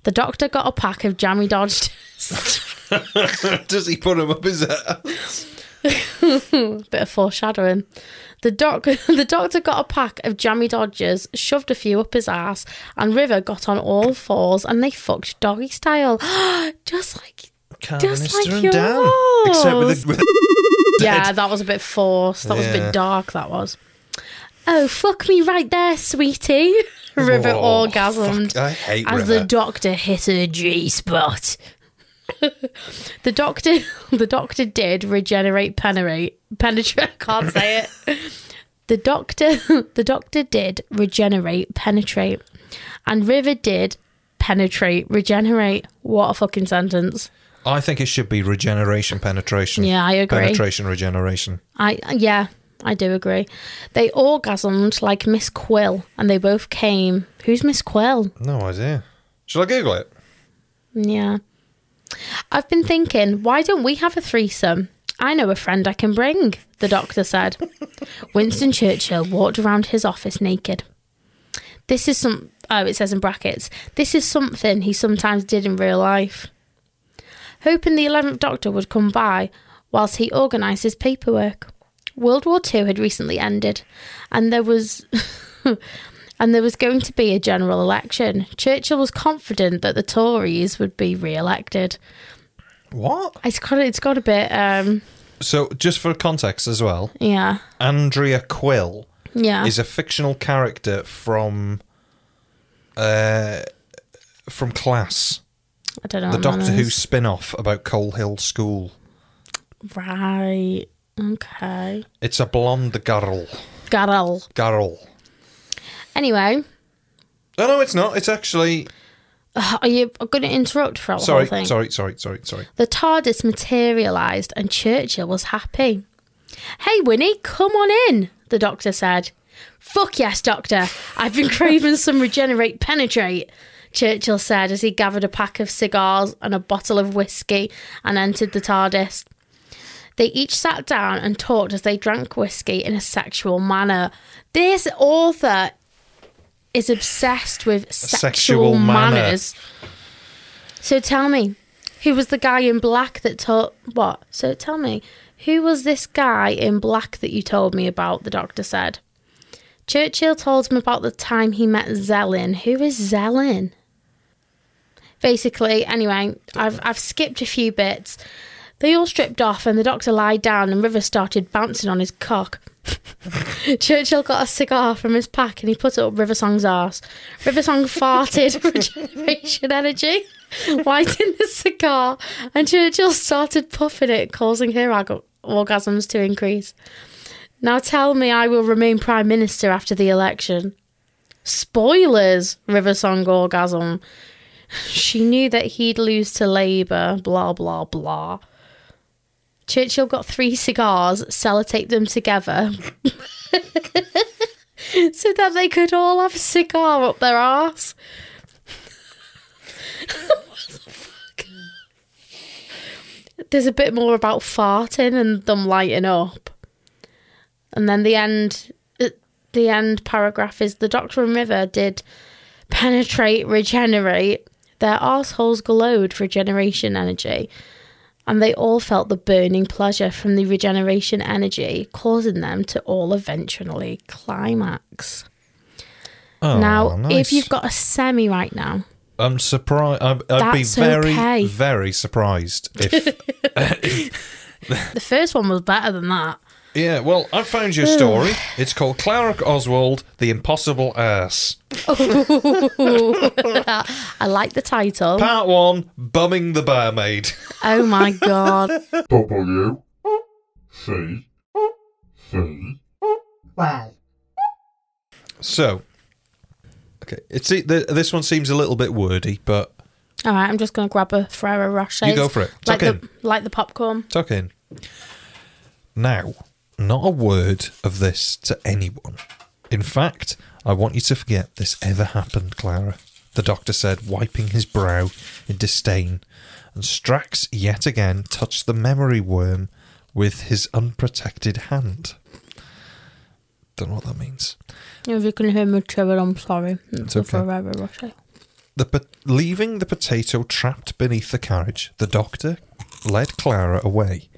[SPEAKER 2] The doctor got a pack of jammy dodged. [laughs]
[SPEAKER 1] Does he put him up his uh, ass?
[SPEAKER 2] bit of foreshadowing. The doc, [laughs] the doctor got a pack of jammy dodgers, shoved a few up his ass, and River got on all fours, and they fucked doggy style, [gasps] just like
[SPEAKER 1] Carvinista
[SPEAKER 2] like
[SPEAKER 1] and Dan. Except with a, with a
[SPEAKER 2] yeah, that was a bit forced. That was a
[SPEAKER 1] Yeah.
[SPEAKER 2] bit dark. That was. Oh fuck me right there, sweetie! [laughs] River
[SPEAKER 1] Oh,
[SPEAKER 2] orgasmed
[SPEAKER 1] fuck, I hate
[SPEAKER 2] as
[SPEAKER 1] River.
[SPEAKER 2] the doctor hit her G spot. [laughs] the doctor, [laughs] the doctor did regenerate, penetrate, penetrate. Can't say it. The doctor, [laughs] the doctor did regenerate, penetrate, and River did penetrate, regenerate. What a fucking sentence!
[SPEAKER 1] I think it should be regeneration penetration.
[SPEAKER 2] Yeah, I agree.
[SPEAKER 1] Penetration regeneration.
[SPEAKER 2] I yeah, I do agree. They orgasmed like Miss Quill, and they both came. Who's Miss Quill?
[SPEAKER 1] No idea. Shall I Google it?
[SPEAKER 2] Yeah. I've been thinking, why don't we have a threesome? I know a friend I can bring, the doctor said. Winston Churchill walked around his office naked. This is some. Oh, it says in brackets. This is something he sometimes did in real life. Hoping the 11th Doctor would come by whilst he organised his paperwork. World War II had recently ended, and there was. and there was going to be a general election. Churchill was confident that the Tories would be re-elected.
[SPEAKER 1] What?
[SPEAKER 2] It's got it's got a bit um
[SPEAKER 1] So, just for context as well,
[SPEAKER 2] yeah.
[SPEAKER 1] Andrea Quill
[SPEAKER 2] Yeah.
[SPEAKER 1] is a fictional character from, uh, from Class,
[SPEAKER 2] I don't know.
[SPEAKER 1] the
[SPEAKER 2] what that
[SPEAKER 1] Doctor Who
[SPEAKER 2] is.
[SPEAKER 1] spin-off about Coal Hill School.
[SPEAKER 2] Right. Okay.
[SPEAKER 1] It's a blonde girl.
[SPEAKER 2] Garrel.
[SPEAKER 1] Girl.
[SPEAKER 2] Anyway,
[SPEAKER 1] No, no, it's not. It's actually
[SPEAKER 2] are you going to interrupt for a
[SPEAKER 1] sorry,
[SPEAKER 2] whole thing?
[SPEAKER 1] sorry, sorry, sorry, sorry.
[SPEAKER 2] The TARDIS materialised and Churchill was happy. Hey, Winnie, come on in, the doctor said. Fuck yes, doctor. I've been craving some regenerate penetrate, Churchill said as he gathered a pack of cigars and a bottle of whiskey and entered the TARDIS. They each sat down and talked as they drank whiskey in a sexual manner. This author is obsessed with sexual,
[SPEAKER 1] sexual manner.
[SPEAKER 2] manners. So tell me, who was the guy in black that told what? So tell me, who was this guy in black that you told me about? The doctor said. Churchill told him about the time he met Zelin. Who is Zelin? Basically, anyway, I've I've skipped a few bits. They all stripped off, and the doctor lied down, and River started bouncing on his cock. [laughs] Churchill got a cigar from his pack and he put it up Riversong's arse. Riversong farted [laughs] regeneration energy, [laughs] lighting the cigar, and Churchill started puffing it, causing her ag- orgasms to increase. Now tell me I will remain Prime Minister after the election. Spoilers, Riversong orgasm. She knew that he'd lose to Labour, blah, blah, blah. Churchill got three cigars, sellotaped them together, [laughs] so that they could all have a cigar up their arse. [laughs] There's a bit more about farting and them lighting up. And then the end uh, the end paragraph is the Doctor and River did penetrate, regenerate. Their arseholes glowed for regeneration energy. And they all felt the burning pleasure from the regeneration energy, causing them to all eventually climax
[SPEAKER 1] Oh,
[SPEAKER 2] now,
[SPEAKER 1] nice.
[SPEAKER 2] if you've got a semi right now,
[SPEAKER 1] I'm surprised. I'd, I'd be
[SPEAKER 2] That's
[SPEAKER 1] very,
[SPEAKER 2] okay.
[SPEAKER 1] very
[SPEAKER 2] [laughs]
[SPEAKER 1] surprised if.
[SPEAKER 2] the first one was better
[SPEAKER 1] [laughs]
[SPEAKER 2] than that. [laughs]
[SPEAKER 1] yeah, well, I found your story. It's called Clara Oswald, the Impossible Ass.
[SPEAKER 2] I like the title.
[SPEAKER 1] Part one: Bumming the barmaid. [laughs]
[SPEAKER 2] oh my god.
[SPEAKER 4] W C C
[SPEAKER 1] So, okay, it's it- th this one seems a little bit wordy, but
[SPEAKER 2] All right, I'm just going to grab a Ferrero Rocher.
[SPEAKER 1] You go for it. Tuck
[SPEAKER 2] Like the,
[SPEAKER 1] in.
[SPEAKER 2] like the popcorn.
[SPEAKER 1] tuck in. Now, not a word of this to anyone. In fact, I want you to forget this ever happened, Clara. The doctor said, wiping his brow in disdain. And Strax yet again touched the memory worm with his unprotected hand. Don't know what that means.
[SPEAKER 2] If you can hear me chewing, I'm sorry.
[SPEAKER 1] It's
[SPEAKER 2] It's a
[SPEAKER 1] okay.
[SPEAKER 2] Ferrero Rocher.
[SPEAKER 1] The pot- leaving the potato trapped beneath the carriage, the doctor led Clara away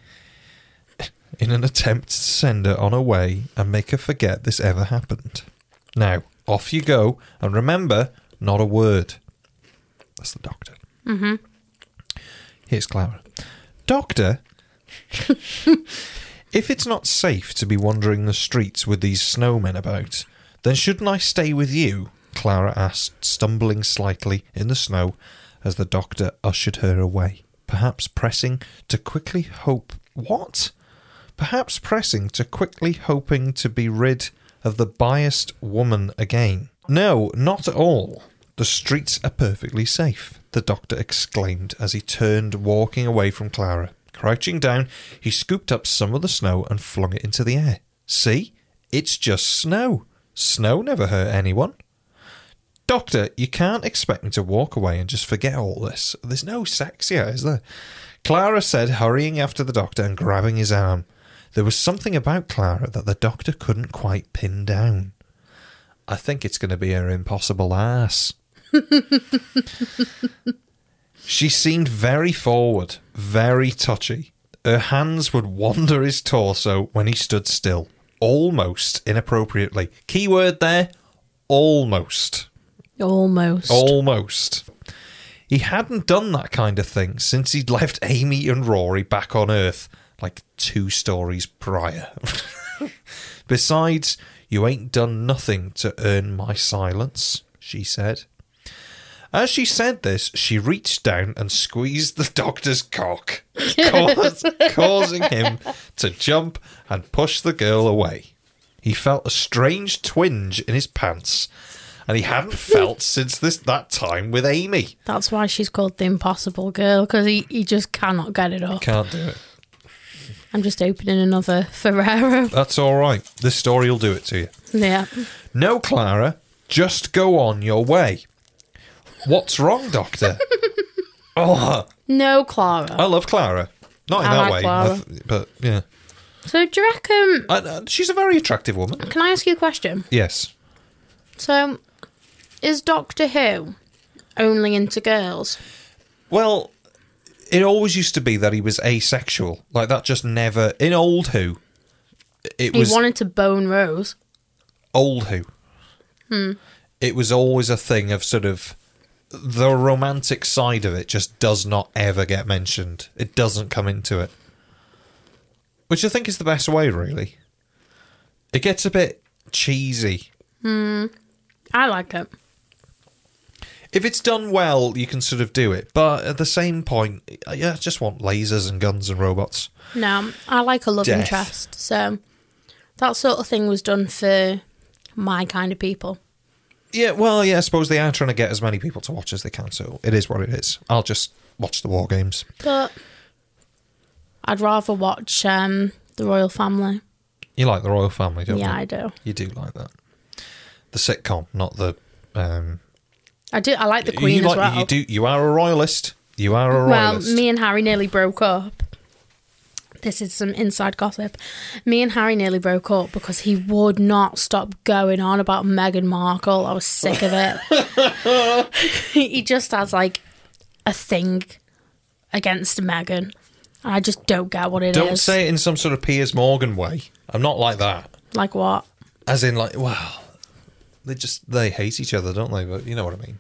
[SPEAKER 1] in an attempt to send her on her way and make her forget this ever happened. Now, off you go, and remember, not a word. That's the doctor. Mm-hmm. Here's Clara. Doctor, if it's not safe to be wandering the streets with these snowmen about, then shouldn't I stay with you? Clara asked, stumbling slightly in the snow as the doctor ushered her away, perhaps pressing to quickly hope. What? Perhaps pressing to quickly hoping to be rid of the biased woman again. No, not at all. The streets are perfectly safe, the doctor exclaimed as he turned, walking away from Clara. Crouching down, he scooped up some of the snow and flung it into the air. See, it's just snow. Snow never hurt anyone. Doctor, you can't expect me to walk away and just forget all this. There's no sex here, is there? Clara said, hurrying after the doctor and grabbing his arm. There was something about Clara that the doctor couldn't quite pin down. I think it's going to be her impossible ass. She seemed very forward, very touchy. Her hands would wander his torso when he stood still, almost inappropriately. Keyword there almost.
[SPEAKER 2] Almost.
[SPEAKER 1] Almost. He hadn't done that kind of thing since he'd left Amy and Rory back on Earth, like two stories prior. [laughs] Besides, you ain't done nothing to earn my silence, she said. As she said this, she reached down and squeezed the doctor's cock, cause, causing him to jump and push the girl away. He felt a strange twinge in his pants, and he hadn't felt since this that time with Amy.
[SPEAKER 2] That's why she's called the impossible girl, because he, he just cannot get it up.
[SPEAKER 1] Can't do it.
[SPEAKER 2] I'm just opening another Ferrero. [laughs]
[SPEAKER 1] That's all right. This story will do it to you.
[SPEAKER 2] Yeah.
[SPEAKER 1] No, Clara, just go on your way. What's wrong,
[SPEAKER 2] [laughs]
[SPEAKER 1] Doctor? oh,
[SPEAKER 2] No, Clara.
[SPEAKER 1] I love Clara. Not in
[SPEAKER 2] I
[SPEAKER 1] that
[SPEAKER 2] like
[SPEAKER 1] way,
[SPEAKER 2] Clara.
[SPEAKER 1] I th- but yeah.
[SPEAKER 2] So, do you reckon.
[SPEAKER 1] I, I- she's a very attractive woman.
[SPEAKER 2] Can I ask you a question?
[SPEAKER 1] Yes.
[SPEAKER 2] So, is Doctor Who only into girls?
[SPEAKER 1] Well, it always used to be that he was asexual. Like that just never in old Who. It
[SPEAKER 2] He
[SPEAKER 1] was
[SPEAKER 2] wanted to bone Rose.
[SPEAKER 1] old Who.
[SPEAKER 2] Hmm.
[SPEAKER 1] It was always a thing of sort of the romantic side of it just does not ever get mentioned. It doesn't come into it. Which I think is the best way really. It gets a bit cheesy.
[SPEAKER 2] I like it.
[SPEAKER 1] If it's done well, you can sort of do it, but at the same point, I I just want lasers and guns and robots.
[SPEAKER 2] No, I like a love
[SPEAKER 1] Death.
[SPEAKER 2] interest. So, that sort of thing was done for my kind of people.
[SPEAKER 1] Yeah, well, yeah, I suppose they are trying to get as many people to watch as they can, so it is what it is. I'll just watch the war games.
[SPEAKER 2] But I'd rather watch um, The Royal Family.
[SPEAKER 1] You like the royal family, don't
[SPEAKER 2] Yeah,
[SPEAKER 1] you?
[SPEAKER 2] I do.
[SPEAKER 1] You do like that. The sitcom, not the. Um,
[SPEAKER 2] I do. I like the Queen
[SPEAKER 1] you
[SPEAKER 2] as well.
[SPEAKER 1] You do. You are a royalist. You are a
[SPEAKER 2] Well,
[SPEAKER 1] royalist.
[SPEAKER 2] me and Harry nearly broke up. This is some inside gossip. Me and Harry nearly broke up because he would not stop going on about Meghan Markle. I was sick of it.
[SPEAKER 1] [laughs]
[SPEAKER 2] [laughs] he just has like a thing against Meghan. I just don't get what it is.
[SPEAKER 1] don't say it in some sort of Piers Morgan way. I'm not like that.
[SPEAKER 2] like what.
[SPEAKER 1] As in, like, well, they just they hate each other, don't they? But you know what I mean.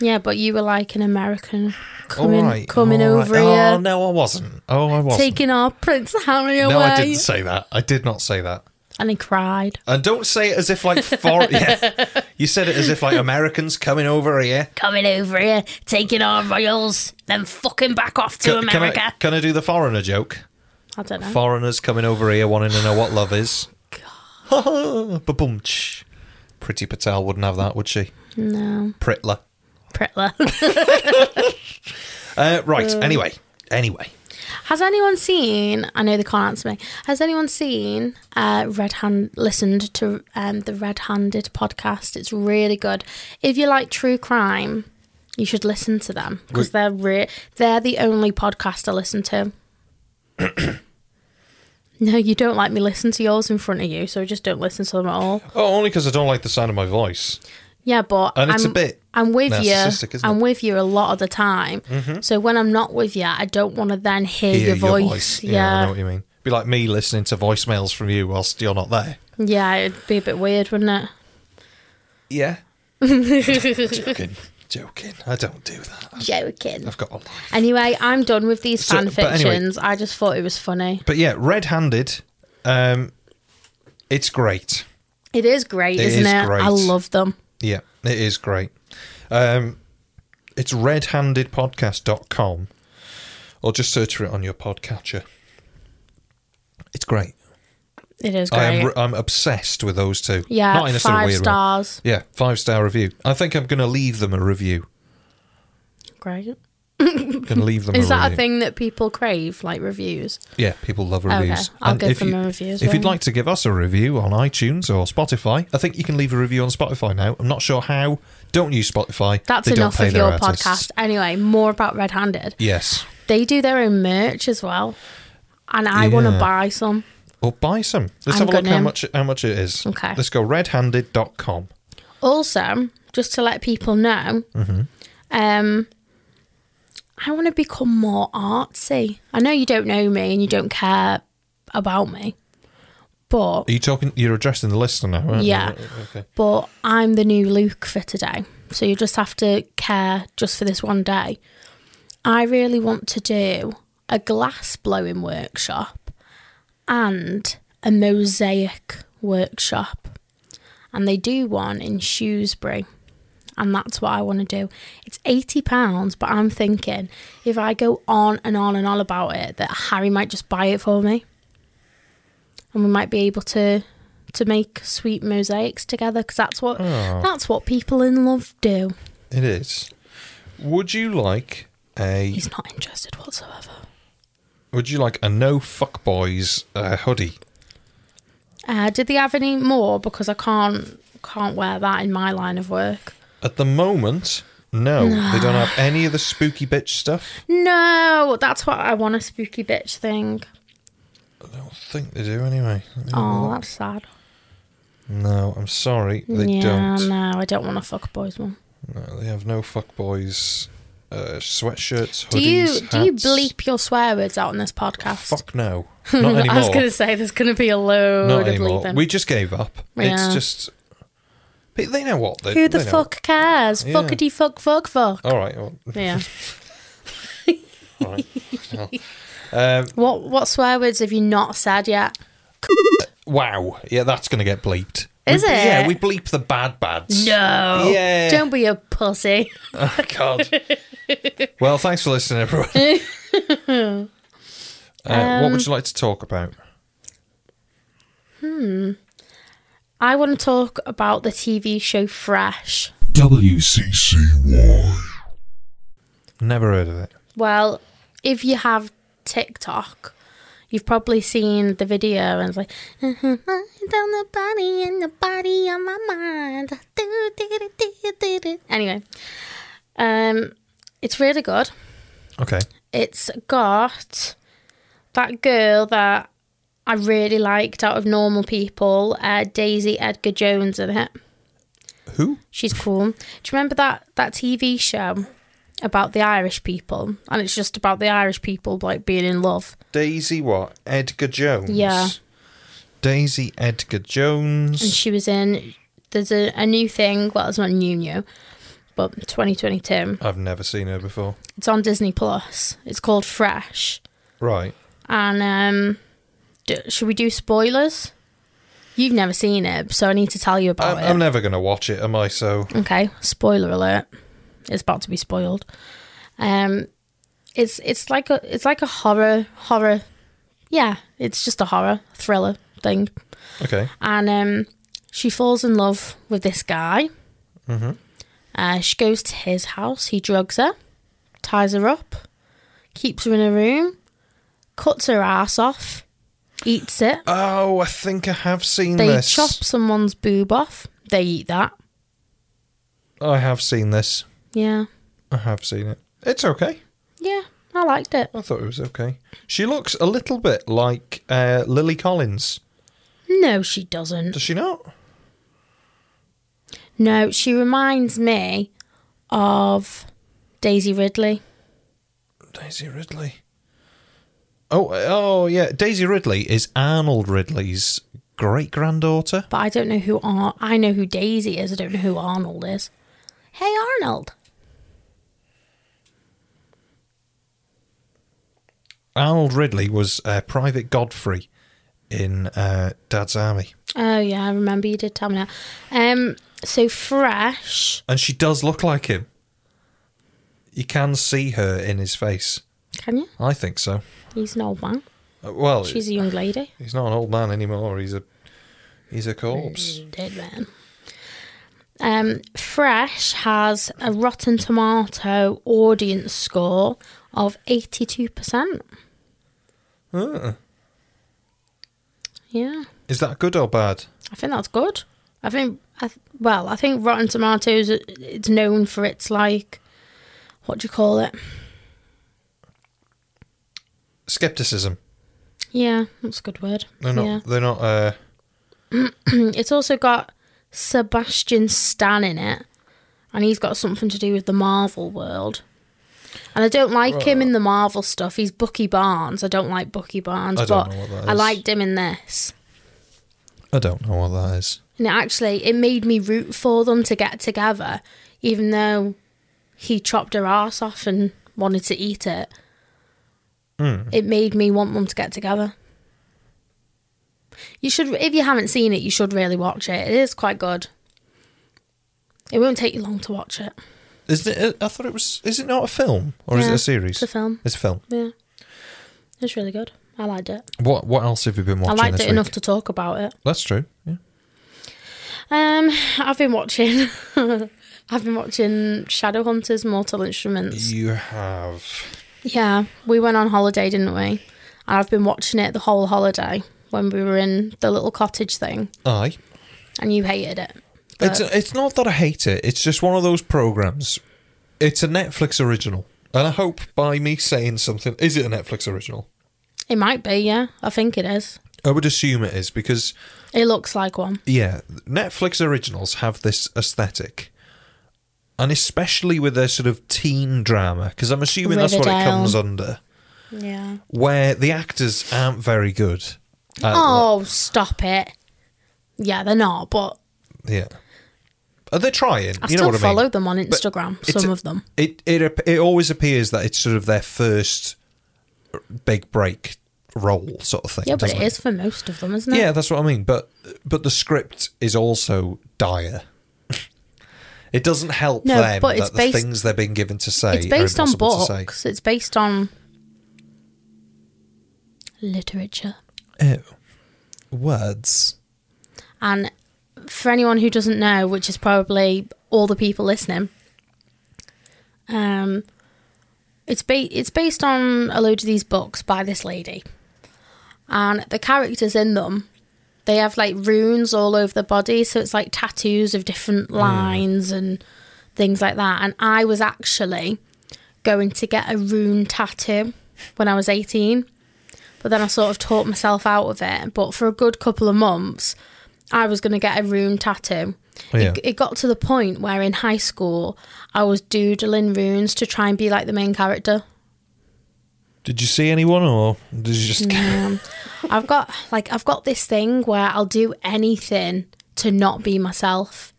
[SPEAKER 2] Yeah, but you were like an American
[SPEAKER 1] All
[SPEAKER 2] coming
[SPEAKER 1] right,
[SPEAKER 2] coming
[SPEAKER 1] all
[SPEAKER 2] over
[SPEAKER 1] right. Oh
[SPEAKER 2] here,
[SPEAKER 1] no, I wasn't. Oh, I wasn't.
[SPEAKER 2] taking our Prince Harry away,
[SPEAKER 1] no, I didn't say that. I did not say that.
[SPEAKER 2] and he cried.
[SPEAKER 1] And don't say it as if like
[SPEAKER 2] [laughs]
[SPEAKER 1] foreign. yeah. You said it as if like Americans coming over here.
[SPEAKER 2] coming over here, taking our royals, then fucking back off to
[SPEAKER 1] Ca- can I-
[SPEAKER 2] America.
[SPEAKER 1] Can I,
[SPEAKER 2] I,
[SPEAKER 1] do the foreigner joke?
[SPEAKER 2] don't know.
[SPEAKER 1] Mm-hmm. Foreigners coming over here wanting to know what love is. [laughs] Ba-bumch. Pretty Patel wouldn't have that, would she?
[SPEAKER 2] no,
[SPEAKER 1] Pritler.
[SPEAKER 2] Pritler.
[SPEAKER 1] Uh, right. Anyway. Anyway.
[SPEAKER 2] [laughs] Has anyone seen? I know they can't answer me. Has anyone seen uh, Red Hand? Listened to um, the Red Handed podcast. It's really good. If you like true crime, you should listen to them because
[SPEAKER 1] We-
[SPEAKER 2] they're re- they're the only podcast I listen
[SPEAKER 1] [coughs]
[SPEAKER 2] to. no, you don't like me listen to yours in front of you, so just don't listen to them at all.
[SPEAKER 1] Oh, only because I don't like the sound of my voice.
[SPEAKER 2] Yeah, but
[SPEAKER 1] And it's
[SPEAKER 2] I'm,
[SPEAKER 1] a bit
[SPEAKER 2] I'm with you.
[SPEAKER 1] narcissistic, isn't it?
[SPEAKER 2] I'm
[SPEAKER 1] Mm-hmm.
[SPEAKER 2] with you a lot of the time. So when I'm not with you, I don't want to then hear, your, voice.
[SPEAKER 1] Yeah. I know
[SPEAKER 2] Yeah,
[SPEAKER 1] what you mean. Be like me listening to voicemails from you whilst you're not there.
[SPEAKER 2] yeah, it'd be a bit weird, wouldn't
[SPEAKER 1] [laughs] Yeah.
[SPEAKER 2] [laughs] it?
[SPEAKER 1] Joking. Joking. I don't do that.
[SPEAKER 2] Joking.
[SPEAKER 1] I've got a life.
[SPEAKER 2] Anyway, I'm done with these
[SPEAKER 1] So-
[SPEAKER 2] fan
[SPEAKER 1] but anyway-
[SPEAKER 2] fictions. I just thought it was funny.
[SPEAKER 1] But yeah, Red Handed, um, it's great.
[SPEAKER 2] It is great,
[SPEAKER 1] It
[SPEAKER 2] is
[SPEAKER 1] is
[SPEAKER 2] isn't it?
[SPEAKER 1] great.
[SPEAKER 2] I love them.
[SPEAKER 1] Yeah, it is great. Um, it's redhandedpodcast.com or just search for it on your podcatcher. It's great.
[SPEAKER 2] It is
[SPEAKER 1] I
[SPEAKER 2] great.
[SPEAKER 1] am, I'm obsessed with those two.
[SPEAKER 2] yeah,
[SPEAKER 1] Not in a
[SPEAKER 2] five
[SPEAKER 1] sort of weird way.
[SPEAKER 2] stars.
[SPEAKER 1] Yeah, five star review. I think I'm going to leave them a review.
[SPEAKER 2] Great.
[SPEAKER 1] Can leave them.
[SPEAKER 2] [laughs] Is that a
[SPEAKER 1] review.
[SPEAKER 2] thing that people crave, like reviews?
[SPEAKER 1] Yeah, people love
[SPEAKER 2] Okay,
[SPEAKER 1] reviews.
[SPEAKER 2] I'll give
[SPEAKER 1] if
[SPEAKER 2] them
[SPEAKER 1] you,
[SPEAKER 2] a review as
[SPEAKER 1] If you'd
[SPEAKER 2] well.
[SPEAKER 1] like to give us a review on iTunes or Spotify, I think you can leave a review on Spotify now. I'm not sure how. Don't use Spotify.
[SPEAKER 2] That's
[SPEAKER 1] They don't
[SPEAKER 2] enough
[SPEAKER 1] pay
[SPEAKER 2] of
[SPEAKER 1] their
[SPEAKER 2] your
[SPEAKER 1] artists.
[SPEAKER 2] podcast. Anyway, more about Red Handed.
[SPEAKER 1] Yes,
[SPEAKER 2] They do their own merch as well, and I want
[SPEAKER 1] Yeah.
[SPEAKER 2] to buy some.
[SPEAKER 1] or buy some. Let's
[SPEAKER 2] I'm
[SPEAKER 1] have a look how
[SPEAKER 2] gonna.
[SPEAKER 1] much how much it is.
[SPEAKER 2] Okay.
[SPEAKER 1] Let's go redhanded.com.
[SPEAKER 2] Also, just to let people know, um, I want to become more artsy. I know you don't know me and you don't care about me, but
[SPEAKER 1] Are you talking? You're addressing the listener now, aren't you?
[SPEAKER 2] Yeah.
[SPEAKER 1] Okay.
[SPEAKER 2] but I'm the new Luke for today. So you just have to care just for this one day. I really want to do a glass blowing workshop and a mosaic workshop. And they do one in Shrewsbury. And that's what I want to do. It's £80, but I'm thinking if I go on and on and on about it, that Harry might just buy it for me. And we might be able to to make sweet mosaics together because that's what
[SPEAKER 1] Oh.
[SPEAKER 2] that's what people in love do.
[SPEAKER 1] It is. Would you like a
[SPEAKER 2] He's not interested whatsoever.
[SPEAKER 1] Would you like a no fuckboys uh, hoodie?
[SPEAKER 2] Uh, did they have any more? Because I can't can't wear that in my line of work.
[SPEAKER 1] At the moment, no, they don't have any of the spooky bitch stuff.
[SPEAKER 2] No, that's what I want a spooky bitch thing.
[SPEAKER 1] I don't think they do anyway. Let me have a
[SPEAKER 2] Oh,
[SPEAKER 1] look.
[SPEAKER 2] that's sad.
[SPEAKER 1] No, I'm sorry, they
[SPEAKER 2] yeah,
[SPEAKER 1] don't.
[SPEAKER 2] no, I don't want a fuck boys one.
[SPEAKER 1] No, they have no fuckboys uh, sweatshirts, hoodies,
[SPEAKER 2] Do you do you
[SPEAKER 1] hats.
[SPEAKER 2] bleep your swear words out on this podcast?
[SPEAKER 1] Fuck
[SPEAKER 2] [laughs]
[SPEAKER 1] no, not anymore.
[SPEAKER 2] I was gonna say there's gonna be a load
[SPEAKER 1] not
[SPEAKER 2] of
[SPEAKER 1] anymore.
[SPEAKER 2] bleeping.
[SPEAKER 1] We just gave up.
[SPEAKER 2] Yeah.
[SPEAKER 1] It's just but they know what they,
[SPEAKER 2] Who the
[SPEAKER 1] they know.
[SPEAKER 2] fuck cares?
[SPEAKER 1] Yeah. Oh,
[SPEAKER 2] Fuckity fuck fuck fuck.
[SPEAKER 1] All right, well,
[SPEAKER 2] Yeah.
[SPEAKER 1] all right. um,
[SPEAKER 2] What what swear words have you not said yet?
[SPEAKER 1] wow, yeah, that's gonna get bleeped.
[SPEAKER 2] Is
[SPEAKER 1] We- Yeah,
[SPEAKER 2] it?
[SPEAKER 1] we bleep the bad bads.
[SPEAKER 2] No.
[SPEAKER 1] Yeah.
[SPEAKER 2] Don't be a pussy.
[SPEAKER 1] [laughs]
[SPEAKER 2] [laughs]
[SPEAKER 1] God. well, thanks for listening, everyone. uh, what
[SPEAKER 2] Um,
[SPEAKER 1] would you like to talk about?
[SPEAKER 2] I want to talk about the TV show Fresh.
[SPEAKER 4] WCCY.
[SPEAKER 1] Never heard of it.
[SPEAKER 2] Well, if you have TikTok, you've probably seen the video and it's like, [laughs] down the body and the body on my mind. [laughs] Do, do, do, do, do, do. Anyway, um, it's really good.
[SPEAKER 1] Okay.
[SPEAKER 2] It's got that girl that I really liked out of normal people, uh, Daisy Edgar Jones in it.
[SPEAKER 1] Who?
[SPEAKER 2] She's cool. Do you remember that that TV show about the Irish people? And it's just about the Irish people like being in love.
[SPEAKER 1] Daisy what? Edgar Jones.
[SPEAKER 2] Yeah.
[SPEAKER 1] Daisy Edgar
[SPEAKER 2] And
[SPEAKER 1] Jones.
[SPEAKER 2] she was in there's a, a new thing, well it's not new new, but 2022.
[SPEAKER 1] I've never seen her before.
[SPEAKER 2] It's on Disney Plus. It's called Fresh.
[SPEAKER 1] Right.
[SPEAKER 2] And um d should we do spoilers? You've never seen it, so I need to tell you about
[SPEAKER 1] I'm, I'm
[SPEAKER 2] it.
[SPEAKER 1] never going to watch it, am I? So
[SPEAKER 2] okay, spoiler alert. It's about to be spoiled. Um it's it's like a it's like a horror horror yeah, it's just a horror thriller thing.
[SPEAKER 1] okay.
[SPEAKER 2] And um she falls in love with this guy. Mm-hmm. Uh, she goes to his house. He drugs her, ties her up, keeps her in a room, cuts her ass off, eats it.
[SPEAKER 1] Oh, I think I have seen
[SPEAKER 2] They
[SPEAKER 1] this.
[SPEAKER 2] chop someone's boob off. They eat that.
[SPEAKER 1] I have seen this.
[SPEAKER 2] Yeah,
[SPEAKER 1] I have seen it. It's okay.
[SPEAKER 2] yeah, I liked it.
[SPEAKER 1] I thought it was okay. She looks a little bit like uh, Lily Collins.
[SPEAKER 2] No, she doesn't.
[SPEAKER 1] Does she not?
[SPEAKER 2] No, she reminds me of Daisy Ridley.
[SPEAKER 1] Daisy Ridley. Oh, uh, oh yeah. Daisy Ridley is Arnold Ridley's great granddaughter.
[SPEAKER 2] But I don't know who Ar- I know who Daisy is. I don't know who Arnold is. Hey Arnold.
[SPEAKER 1] Arnold Ridley was uh, Private Godfrey in uh, Dad's Army,
[SPEAKER 2] Oh yeah, I remember you did tell me that. Um, so fresh.
[SPEAKER 1] and she does look like him. You can see her in his face.
[SPEAKER 2] Can you?
[SPEAKER 1] I think so.
[SPEAKER 2] He's an old man.
[SPEAKER 1] Uh, Well,
[SPEAKER 2] She's a young lady.
[SPEAKER 1] he's not an old man anymore. He's a he's a corpse.
[SPEAKER 2] Dead man. Um, Fresh has a Rotten Tomato audience score of 82%. Yeah,
[SPEAKER 1] Is that good or bad?
[SPEAKER 2] I think that's good. I think, I th- well, I think Rotten Tomatoes, uh, it's known for its like, what do you call it?
[SPEAKER 1] Skepticism.
[SPEAKER 2] Yeah, that's a good word.
[SPEAKER 1] They're not.
[SPEAKER 2] Yeah.
[SPEAKER 1] They're not. Uh,
[SPEAKER 2] Mm, It's also got Sebastian Stan in it, and he's got something to do with the Marvel world. And I don't like him in the Marvel stuff. He's Bucky Barnes. I don't like Bucky Barnes,
[SPEAKER 1] I don't
[SPEAKER 2] but
[SPEAKER 1] know what that
[SPEAKER 2] I
[SPEAKER 1] is.
[SPEAKER 2] liked him in this.
[SPEAKER 1] I don't know what that is.
[SPEAKER 2] And it actually, it made me root for them to get together, even though he chopped her arse off and wanted to eat it.
[SPEAKER 1] Hmm.
[SPEAKER 2] It made me want them to get together. You should, if you haven't seen it, you should really watch it. It is quite good. It won't take you long to watch it.
[SPEAKER 1] Isn't it? I thought it was. Is it not a film or is it
[SPEAKER 2] Yeah,
[SPEAKER 1] a series?
[SPEAKER 2] it's a film.
[SPEAKER 1] It's a film.
[SPEAKER 2] Yeah, it's really good. I liked it.
[SPEAKER 1] What What else have you been watching
[SPEAKER 2] I liked
[SPEAKER 1] this
[SPEAKER 2] it
[SPEAKER 1] week?
[SPEAKER 2] enough to talk about it.
[SPEAKER 1] That's true. Yeah.
[SPEAKER 2] Um, I've been watching. [laughs] I've been watching Shadowhunters: Mortal Instruments.
[SPEAKER 1] You have.
[SPEAKER 2] Yeah, we went on holiday, didn't we? And I've been watching it the whole holiday when we were in the little cottage thing,
[SPEAKER 1] I.
[SPEAKER 2] and you hated it. But
[SPEAKER 1] It's It's not that I hate it. It's just one of those programs. It's a Netflix original, and I hope by me saying something, is it a Netflix original?
[SPEAKER 2] it might be, yeah. I think it is.
[SPEAKER 1] I would assume it is because
[SPEAKER 2] It looks like one.
[SPEAKER 1] yeah, Netflix originals have this aesthetic, and especially with their sort of teen drama, because I'm assuming that's what it
[SPEAKER 2] Riverdale.
[SPEAKER 1] comes under, Uh,
[SPEAKER 2] Yeah.
[SPEAKER 1] where the actors aren't very good. at
[SPEAKER 2] Oh, stop it. Yeah, they're not,
[SPEAKER 1] what-
[SPEAKER 2] but
[SPEAKER 1] yeah, Uh, they're trying.
[SPEAKER 2] I
[SPEAKER 1] you know
[SPEAKER 2] still
[SPEAKER 1] what I
[SPEAKER 2] follow
[SPEAKER 1] mean?
[SPEAKER 2] them on
[SPEAKER 1] But
[SPEAKER 2] Instagram,
[SPEAKER 1] it's
[SPEAKER 2] some
[SPEAKER 1] a-
[SPEAKER 2] of them.
[SPEAKER 1] It it ap- it always appears that it's sort of their first big break role sort of thing.
[SPEAKER 2] Yeah, but
[SPEAKER 1] doesn't
[SPEAKER 2] it is for most of them, isn't it?
[SPEAKER 1] Yeah, that's what I mean. But but the script is also dire. [laughs] it doesn't help
[SPEAKER 2] No,
[SPEAKER 1] them
[SPEAKER 2] but it's
[SPEAKER 1] that the
[SPEAKER 2] based-
[SPEAKER 1] things they're being given to say
[SPEAKER 2] It's based
[SPEAKER 1] are
[SPEAKER 2] on
[SPEAKER 1] impossible to say.
[SPEAKER 2] books. It's based on literature.
[SPEAKER 1] Ew. Words.
[SPEAKER 2] And for anyone who doesn't know, which is probably all the people listening, um, it's ba- it's based on a load of these books by this lady, and the characters in them, they have like runes all over the body, so it's like tattoos of different lines and things like that. And I was actually going to get a rune tattoo when I was eighteen. But then I sort of taught myself out of it. But for a good couple of months, I was going to get a rune tattoo.
[SPEAKER 1] Yeah.
[SPEAKER 2] It, it got to the point where in high school, I was doodling runes to try and be like the main character.
[SPEAKER 1] Did you see anyone or did you just
[SPEAKER 2] Um, I've got like I've got this thing where I'll do anything to not be myself.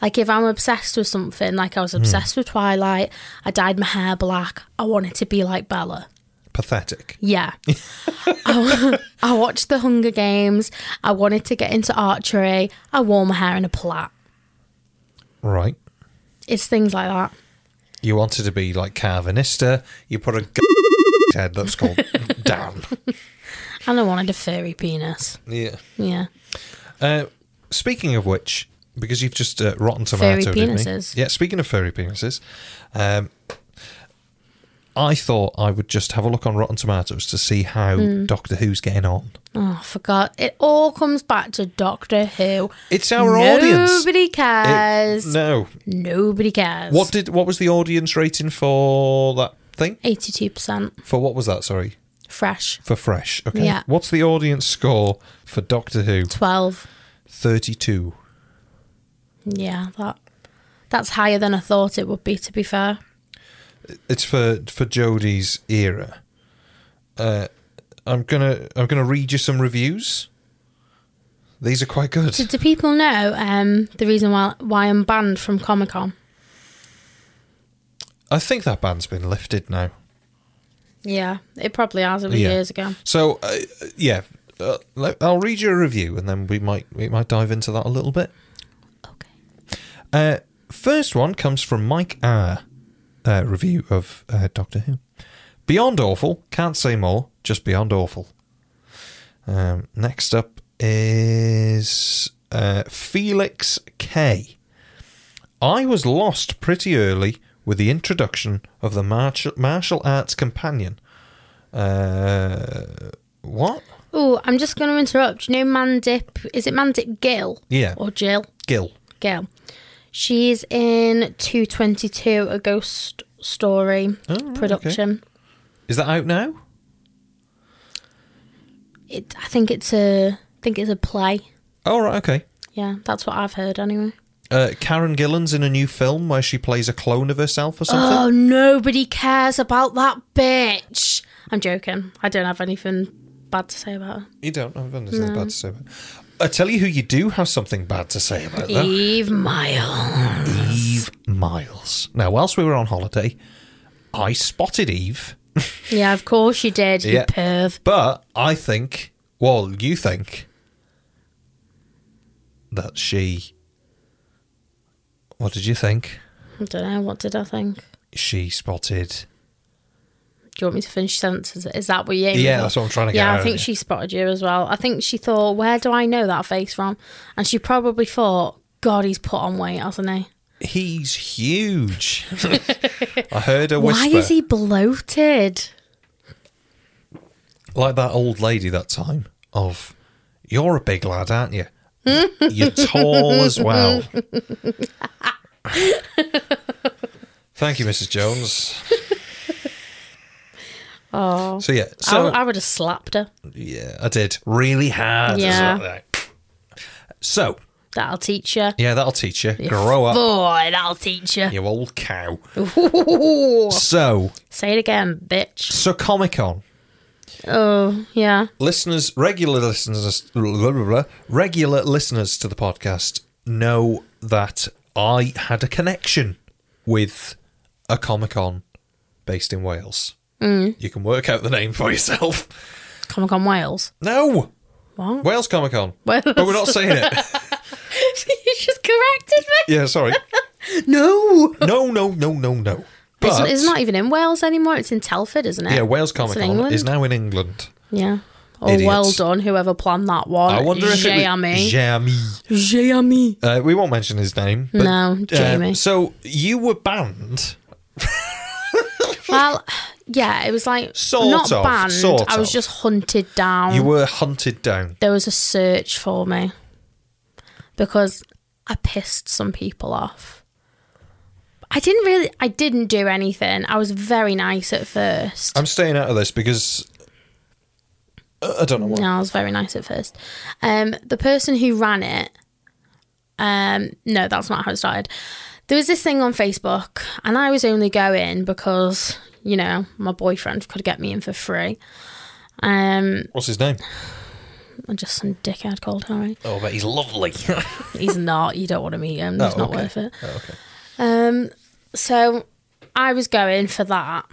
[SPEAKER 2] Like if I'm obsessed with something, like I was obsessed with Twilight, I dyed my hair black. I wanted to be like Bella.
[SPEAKER 1] pathetic?
[SPEAKER 2] Yeah. I, I watched The Hunger Games. I wanted to get into archery. I wore my hair in a plait.
[SPEAKER 1] Right.
[SPEAKER 2] It's things like that.
[SPEAKER 1] You wanted to be like Calvinista. You put a [laughs] g- head that's called [laughs] down.
[SPEAKER 2] And I wanted a furry penis.
[SPEAKER 1] Yeah.
[SPEAKER 2] Yeah.
[SPEAKER 1] Uh, speaking of which, because you've just uh, rotten tomato
[SPEAKER 2] Furry
[SPEAKER 1] Didn't
[SPEAKER 2] penises.
[SPEAKER 1] we? Yeah, speaking of furry penises, um, I thought I would just have a look on Rotten Tomatoes to see how
[SPEAKER 2] Hmm.
[SPEAKER 1] Doctor Who's getting on.
[SPEAKER 2] Oh, I forgot. It all comes back to Doctor Who.
[SPEAKER 1] It's our audience.
[SPEAKER 2] Nobody cares.
[SPEAKER 1] It- no.
[SPEAKER 2] Nobody cares.
[SPEAKER 1] What did what was the audience rating for that thing?
[SPEAKER 2] 82%
[SPEAKER 1] For what was that? Sorry,
[SPEAKER 2] fresh.
[SPEAKER 1] for Fresh. Okay.
[SPEAKER 2] Yeah.
[SPEAKER 1] What's the audience score for Doctor Who?
[SPEAKER 2] 12.
[SPEAKER 1] Thirty-two.
[SPEAKER 2] Yeah, that that's higher than I thought it would be to be fair.
[SPEAKER 1] it's for for Jodie's era. Uh, I'm gonna I'm gonna read you some reviews. These are quite good.
[SPEAKER 2] Do, do people know um, the reason why why I'm banned from Comic Con?
[SPEAKER 1] I think that ban's been lifted now.
[SPEAKER 2] Yeah, it probably has. It was
[SPEAKER 1] Yeah.
[SPEAKER 2] years ago.
[SPEAKER 1] So uh, yeah, uh, let- I'll read you a review and then we might we might dive into that a little bit.
[SPEAKER 2] Okay.
[SPEAKER 1] Uh, first one comes from Mike R. Uh, review of uh, Doctor Who. Beyond awful. Can't say more. Just beyond awful. Um, next up is uh, Felix K. I was lost pretty early with the introduction of the martial, martial arts companion. Uh, what?
[SPEAKER 2] Oh, I'm just going to interrupt. You know Mandip? Is it Mandip Gill?
[SPEAKER 1] Yeah.
[SPEAKER 2] Or Jill?
[SPEAKER 1] Gill.
[SPEAKER 2] Gill. She's in 222, a ghost story
[SPEAKER 1] Oh, right, okay.
[SPEAKER 2] production.
[SPEAKER 1] Is that out now?
[SPEAKER 2] It, I think it's a, I think it's a play.
[SPEAKER 1] Oh, right, okay.
[SPEAKER 2] Yeah, that's what I've heard anyway.
[SPEAKER 1] Uh, Karen Gillan's in a new film where she plays a clone of herself or something.
[SPEAKER 2] Oh, nobody cares about that bitch. I'm joking. I don't have anything bad to say about her.
[SPEAKER 1] You don't have anything bad to say about it. I tell you who you do have something bad to say about though.
[SPEAKER 2] Eve Miles.
[SPEAKER 1] Eve Miles. Now, whilst we were on holiday, I spotted Eve,
[SPEAKER 2] Yeah, of course you did, you
[SPEAKER 1] Yeah.
[SPEAKER 2] perv.
[SPEAKER 1] but I think, well, you think that she. What did you think?
[SPEAKER 2] I don't know, what did I think?
[SPEAKER 1] She spotted.
[SPEAKER 2] Do you want me to finish sentences? Is that what you aiming
[SPEAKER 1] Yeah,
[SPEAKER 2] for?
[SPEAKER 1] that's what I'm trying to get
[SPEAKER 2] Yeah,
[SPEAKER 1] out
[SPEAKER 2] I
[SPEAKER 1] of
[SPEAKER 2] think
[SPEAKER 1] you.
[SPEAKER 2] she spotted you as well. I think she thought, where do I know that face from? And she probably thought, God, he's put on weight, hasn't he?
[SPEAKER 1] He's huge. [laughs] I heard her whisper.
[SPEAKER 2] Why is he bloated?
[SPEAKER 1] like that old lady that time of you're a big lad aren't you [laughs] you're tall as
[SPEAKER 2] [laughs]
[SPEAKER 1] well thank you mrs jones
[SPEAKER 2] [laughs] Oh.
[SPEAKER 1] so yeah so
[SPEAKER 2] I, I would have slapped her.
[SPEAKER 1] yeah i did really hard as
[SPEAKER 2] Yeah.
[SPEAKER 1] well. so
[SPEAKER 2] That'll teach you.
[SPEAKER 1] yeah that'll teach you grow up
[SPEAKER 2] Boy, that'll teach you.
[SPEAKER 1] you old cow
[SPEAKER 2] [laughs]
[SPEAKER 1] so
[SPEAKER 2] Say it again, bitch.
[SPEAKER 1] so comic-con
[SPEAKER 2] Oh, yeah.
[SPEAKER 1] listeners, regular listeners, blah, blah, blah, regular listeners to the podcast know that I had a connection with a Comic Con based in Wales. Mm. You can work out the name for yourself.
[SPEAKER 2] Comic Con Wales. [laughs]
[SPEAKER 1] No,
[SPEAKER 2] What?
[SPEAKER 1] Wales Comic Con,
[SPEAKER 2] Wales.
[SPEAKER 1] but we're not saying it.
[SPEAKER 2] [laughs] you just corrected me.
[SPEAKER 1] Yeah, sorry.
[SPEAKER 2] No.
[SPEAKER 1] No, no, no, no, no.
[SPEAKER 2] It's,
[SPEAKER 1] But
[SPEAKER 2] it's not even in Wales anymore. It's in Telford, isn't it?
[SPEAKER 1] yeah, Wales
[SPEAKER 2] It's
[SPEAKER 1] Comic
[SPEAKER 2] in
[SPEAKER 1] Con
[SPEAKER 2] England.
[SPEAKER 1] is now in England.
[SPEAKER 2] Yeah. Oh,
[SPEAKER 1] Idiots.
[SPEAKER 2] well done, whoever planned that one.
[SPEAKER 1] I wonder if it was
[SPEAKER 2] Uh, Jamie.
[SPEAKER 1] Jamie.
[SPEAKER 2] Jamie.
[SPEAKER 1] Uh, we won't mention his name. But,
[SPEAKER 2] No,
[SPEAKER 1] uh,
[SPEAKER 2] Jamie.
[SPEAKER 1] so you were banned
[SPEAKER 2] Well, yeah, it was like
[SPEAKER 1] Sort
[SPEAKER 2] not
[SPEAKER 1] of,
[SPEAKER 2] banned.
[SPEAKER 1] sort
[SPEAKER 2] I was
[SPEAKER 1] of.
[SPEAKER 2] just hunted down.
[SPEAKER 1] You were hunted down.
[SPEAKER 2] there was a search for me because I pissed some people off. I didn't really. I didn't do anything. I was very nice at first.
[SPEAKER 1] I'm staying out of this because uh, I don't know what.
[SPEAKER 2] No, I was very nice at first. Um, the person who ran it, um, no, that's not how it started. There was this thing on Facebook, and I was only going because you know my boyfriend could get me in for free. Um,
[SPEAKER 1] What's his name?
[SPEAKER 2] and just some dickhead called Harry.
[SPEAKER 1] Oh, but he's [laughs] lovely.
[SPEAKER 2] He's not. You don't want to meet him.
[SPEAKER 1] Oh,
[SPEAKER 2] It's not
[SPEAKER 1] okay.
[SPEAKER 2] worth it.
[SPEAKER 1] okay.
[SPEAKER 2] Um, so I was going for that,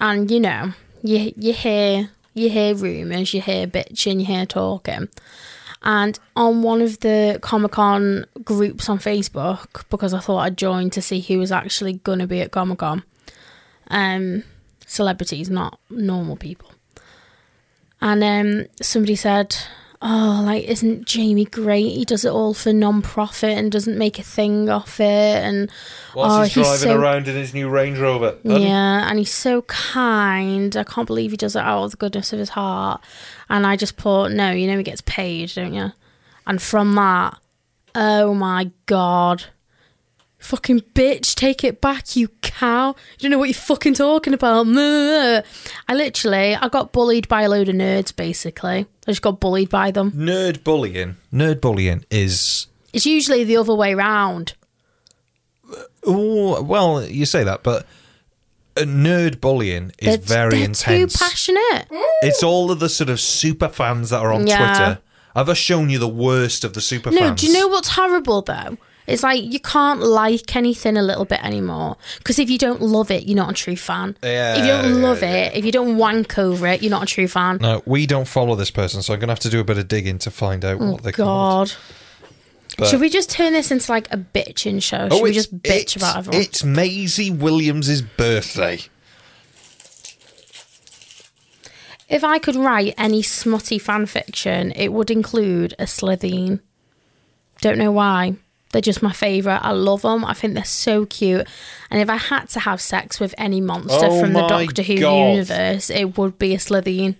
[SPEAKER 2] and you know, you you hear you hear rumours, you hear bitching, you hear talking, and on one of the Comic Con groups on Facebook, because I thought I'd join to see who was actually gonna be at Comic Con, um, celebrities, not normal people, and um, somebody said. Oh, like isn't Jamie great? He does it all for non-profit and doesn't make a thing off it and
[SPEAKER 1] Whilst
[SPEAKER 2] Oh,
[SPEAKER 1] he's
[SPEAKER 2] he's
[SPEAKER 1] driving
[SPEAKER 2] so-
[SPEAKER 1] around in his new Range Rover.
[SPEAKER 2] yeah, and he's so kind. I can't believe he does it out of the goodness of his heart. And I just thought, no, you know he gets paid, don't you? And from that, oh my god. Fucking bitch, take it back, you cow. You don't know what you're fucking talking about. I literally, I got bullied by a load of nerds, basically. I just got bullied by them.
[SPEAKER 1] Nerd bullying. Nerd bullying is.
[SPEAKER 2] It's usually the other way round.
[SPEAKER 1] Oh, well, you say that, but uh, nerd bullying is
[SPEAKER 2] They're-
[SPEAKER 1] very
[SPEAKER 2] they're
[SPEAKER 1] intense.
[SPEAKER 2] too passionate.
[SPEAKER 1] It's all of the sort of super fans that are on
[SPEAKER 2] Yeah.
[SPEAKER 1] Twitter. Have I shown you the worst of the super
[SPEAKER 2] No,
[SPEAKER 1] fans?
[SPEAKER 2] do you know what's horrible though? It's like you can't like anything a little bit anymore because if you don't love it, you're not a true fan.
[SPEAKER 1] Yeah,
[SPEAKER 2] if you
[SPEAKER 1] yeah,
[SPEAKER 2] don't love
[SPEAKER 1] yeah.
[SPEAKER 2] it, if you don't wank over it, you're not a true fan.
[SPEAKER 1] No, we don't follow this person, so I'm going to have to do a bit of digging to find out
[SPEAKER 2] Oh,
[SPEAKER 1] what they're called.
[SPEAKER 2] God.
[SPEAKER 1] But-
[SPEAKER 2] Should we just turn this into like a bitching show? Should we
[SPEAKER 1] Oh, it's-
[SPEAKER 2] just bitch
[SPEAKER 1] it's-
[SPEAKER 2] about everyone?
[SPEAKER 1] It's Maisie Williams' birthday.
[SPEAKER 2] if I could write any smutty fan fiction, it would include a Slitheen. Don't know why. They're just my favourite. I love them. I think they're so cute. And if I had to have sex with any monster
[SPEAKER 1] Oh
[SPEAKER 2] from the
[SPEAKER 1] my
[SPEAKER 2] Doctor Who
[SPEAKER 1] God.
[SPEAKER 2] universe, it would be a Slytherin.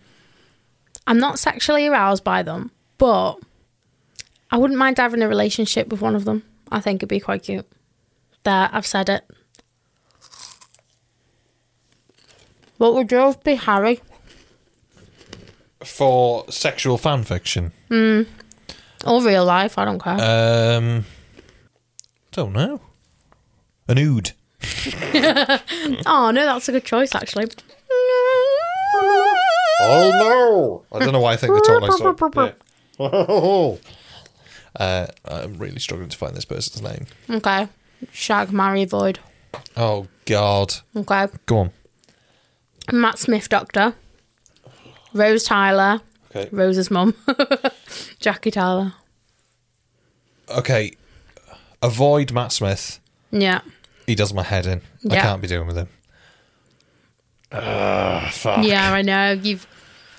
[SPEAKER 2] I'm not sexually aroused by them, but I wouldn't mind having a relationship with one of them. I think it'd be quite cute. There, I've said it. What would yours be, Harry?
[SPEAKER 1] For sexual fan fiction.
[SPEAKER 2] Or real life? I don't care.
[SPEAKER 1] Um, don't know. An ood.
[SPEAKER 2] oh no, that's a good choice actually.
[SPEAKER 1] Oh no! Oh. I don't know why I think they talk
[SPEAKER 2] [laughs]
[SPEAKER 1] like so. Uh, I'm really struggling to find this person's name.
[SPEAKER 2] Okay, shag, marry, void.
[SPEAKER 1] Oh God!
[SPEAKER 2] Okay,
[SPEAKER 1] Go on.
[SPEAKER 2] Matt Smith, doctor. Rose Tyler,
[SPEAKER 1] Okay.
[SPEAKER 2] Rose's mum. [laughs] Jackie Tyler.
[SPEAKER 1] Okay. Avoid Matt Smith.
[SPEAKER 2] Yeah,
[SPEAKER 1] He does my head in. I
[SPEAKER 2] Yeah.
[SPEAKER 1] can't be dealing with him. Ah, fuck.
[SPEAKER 2] yeah, I know. You've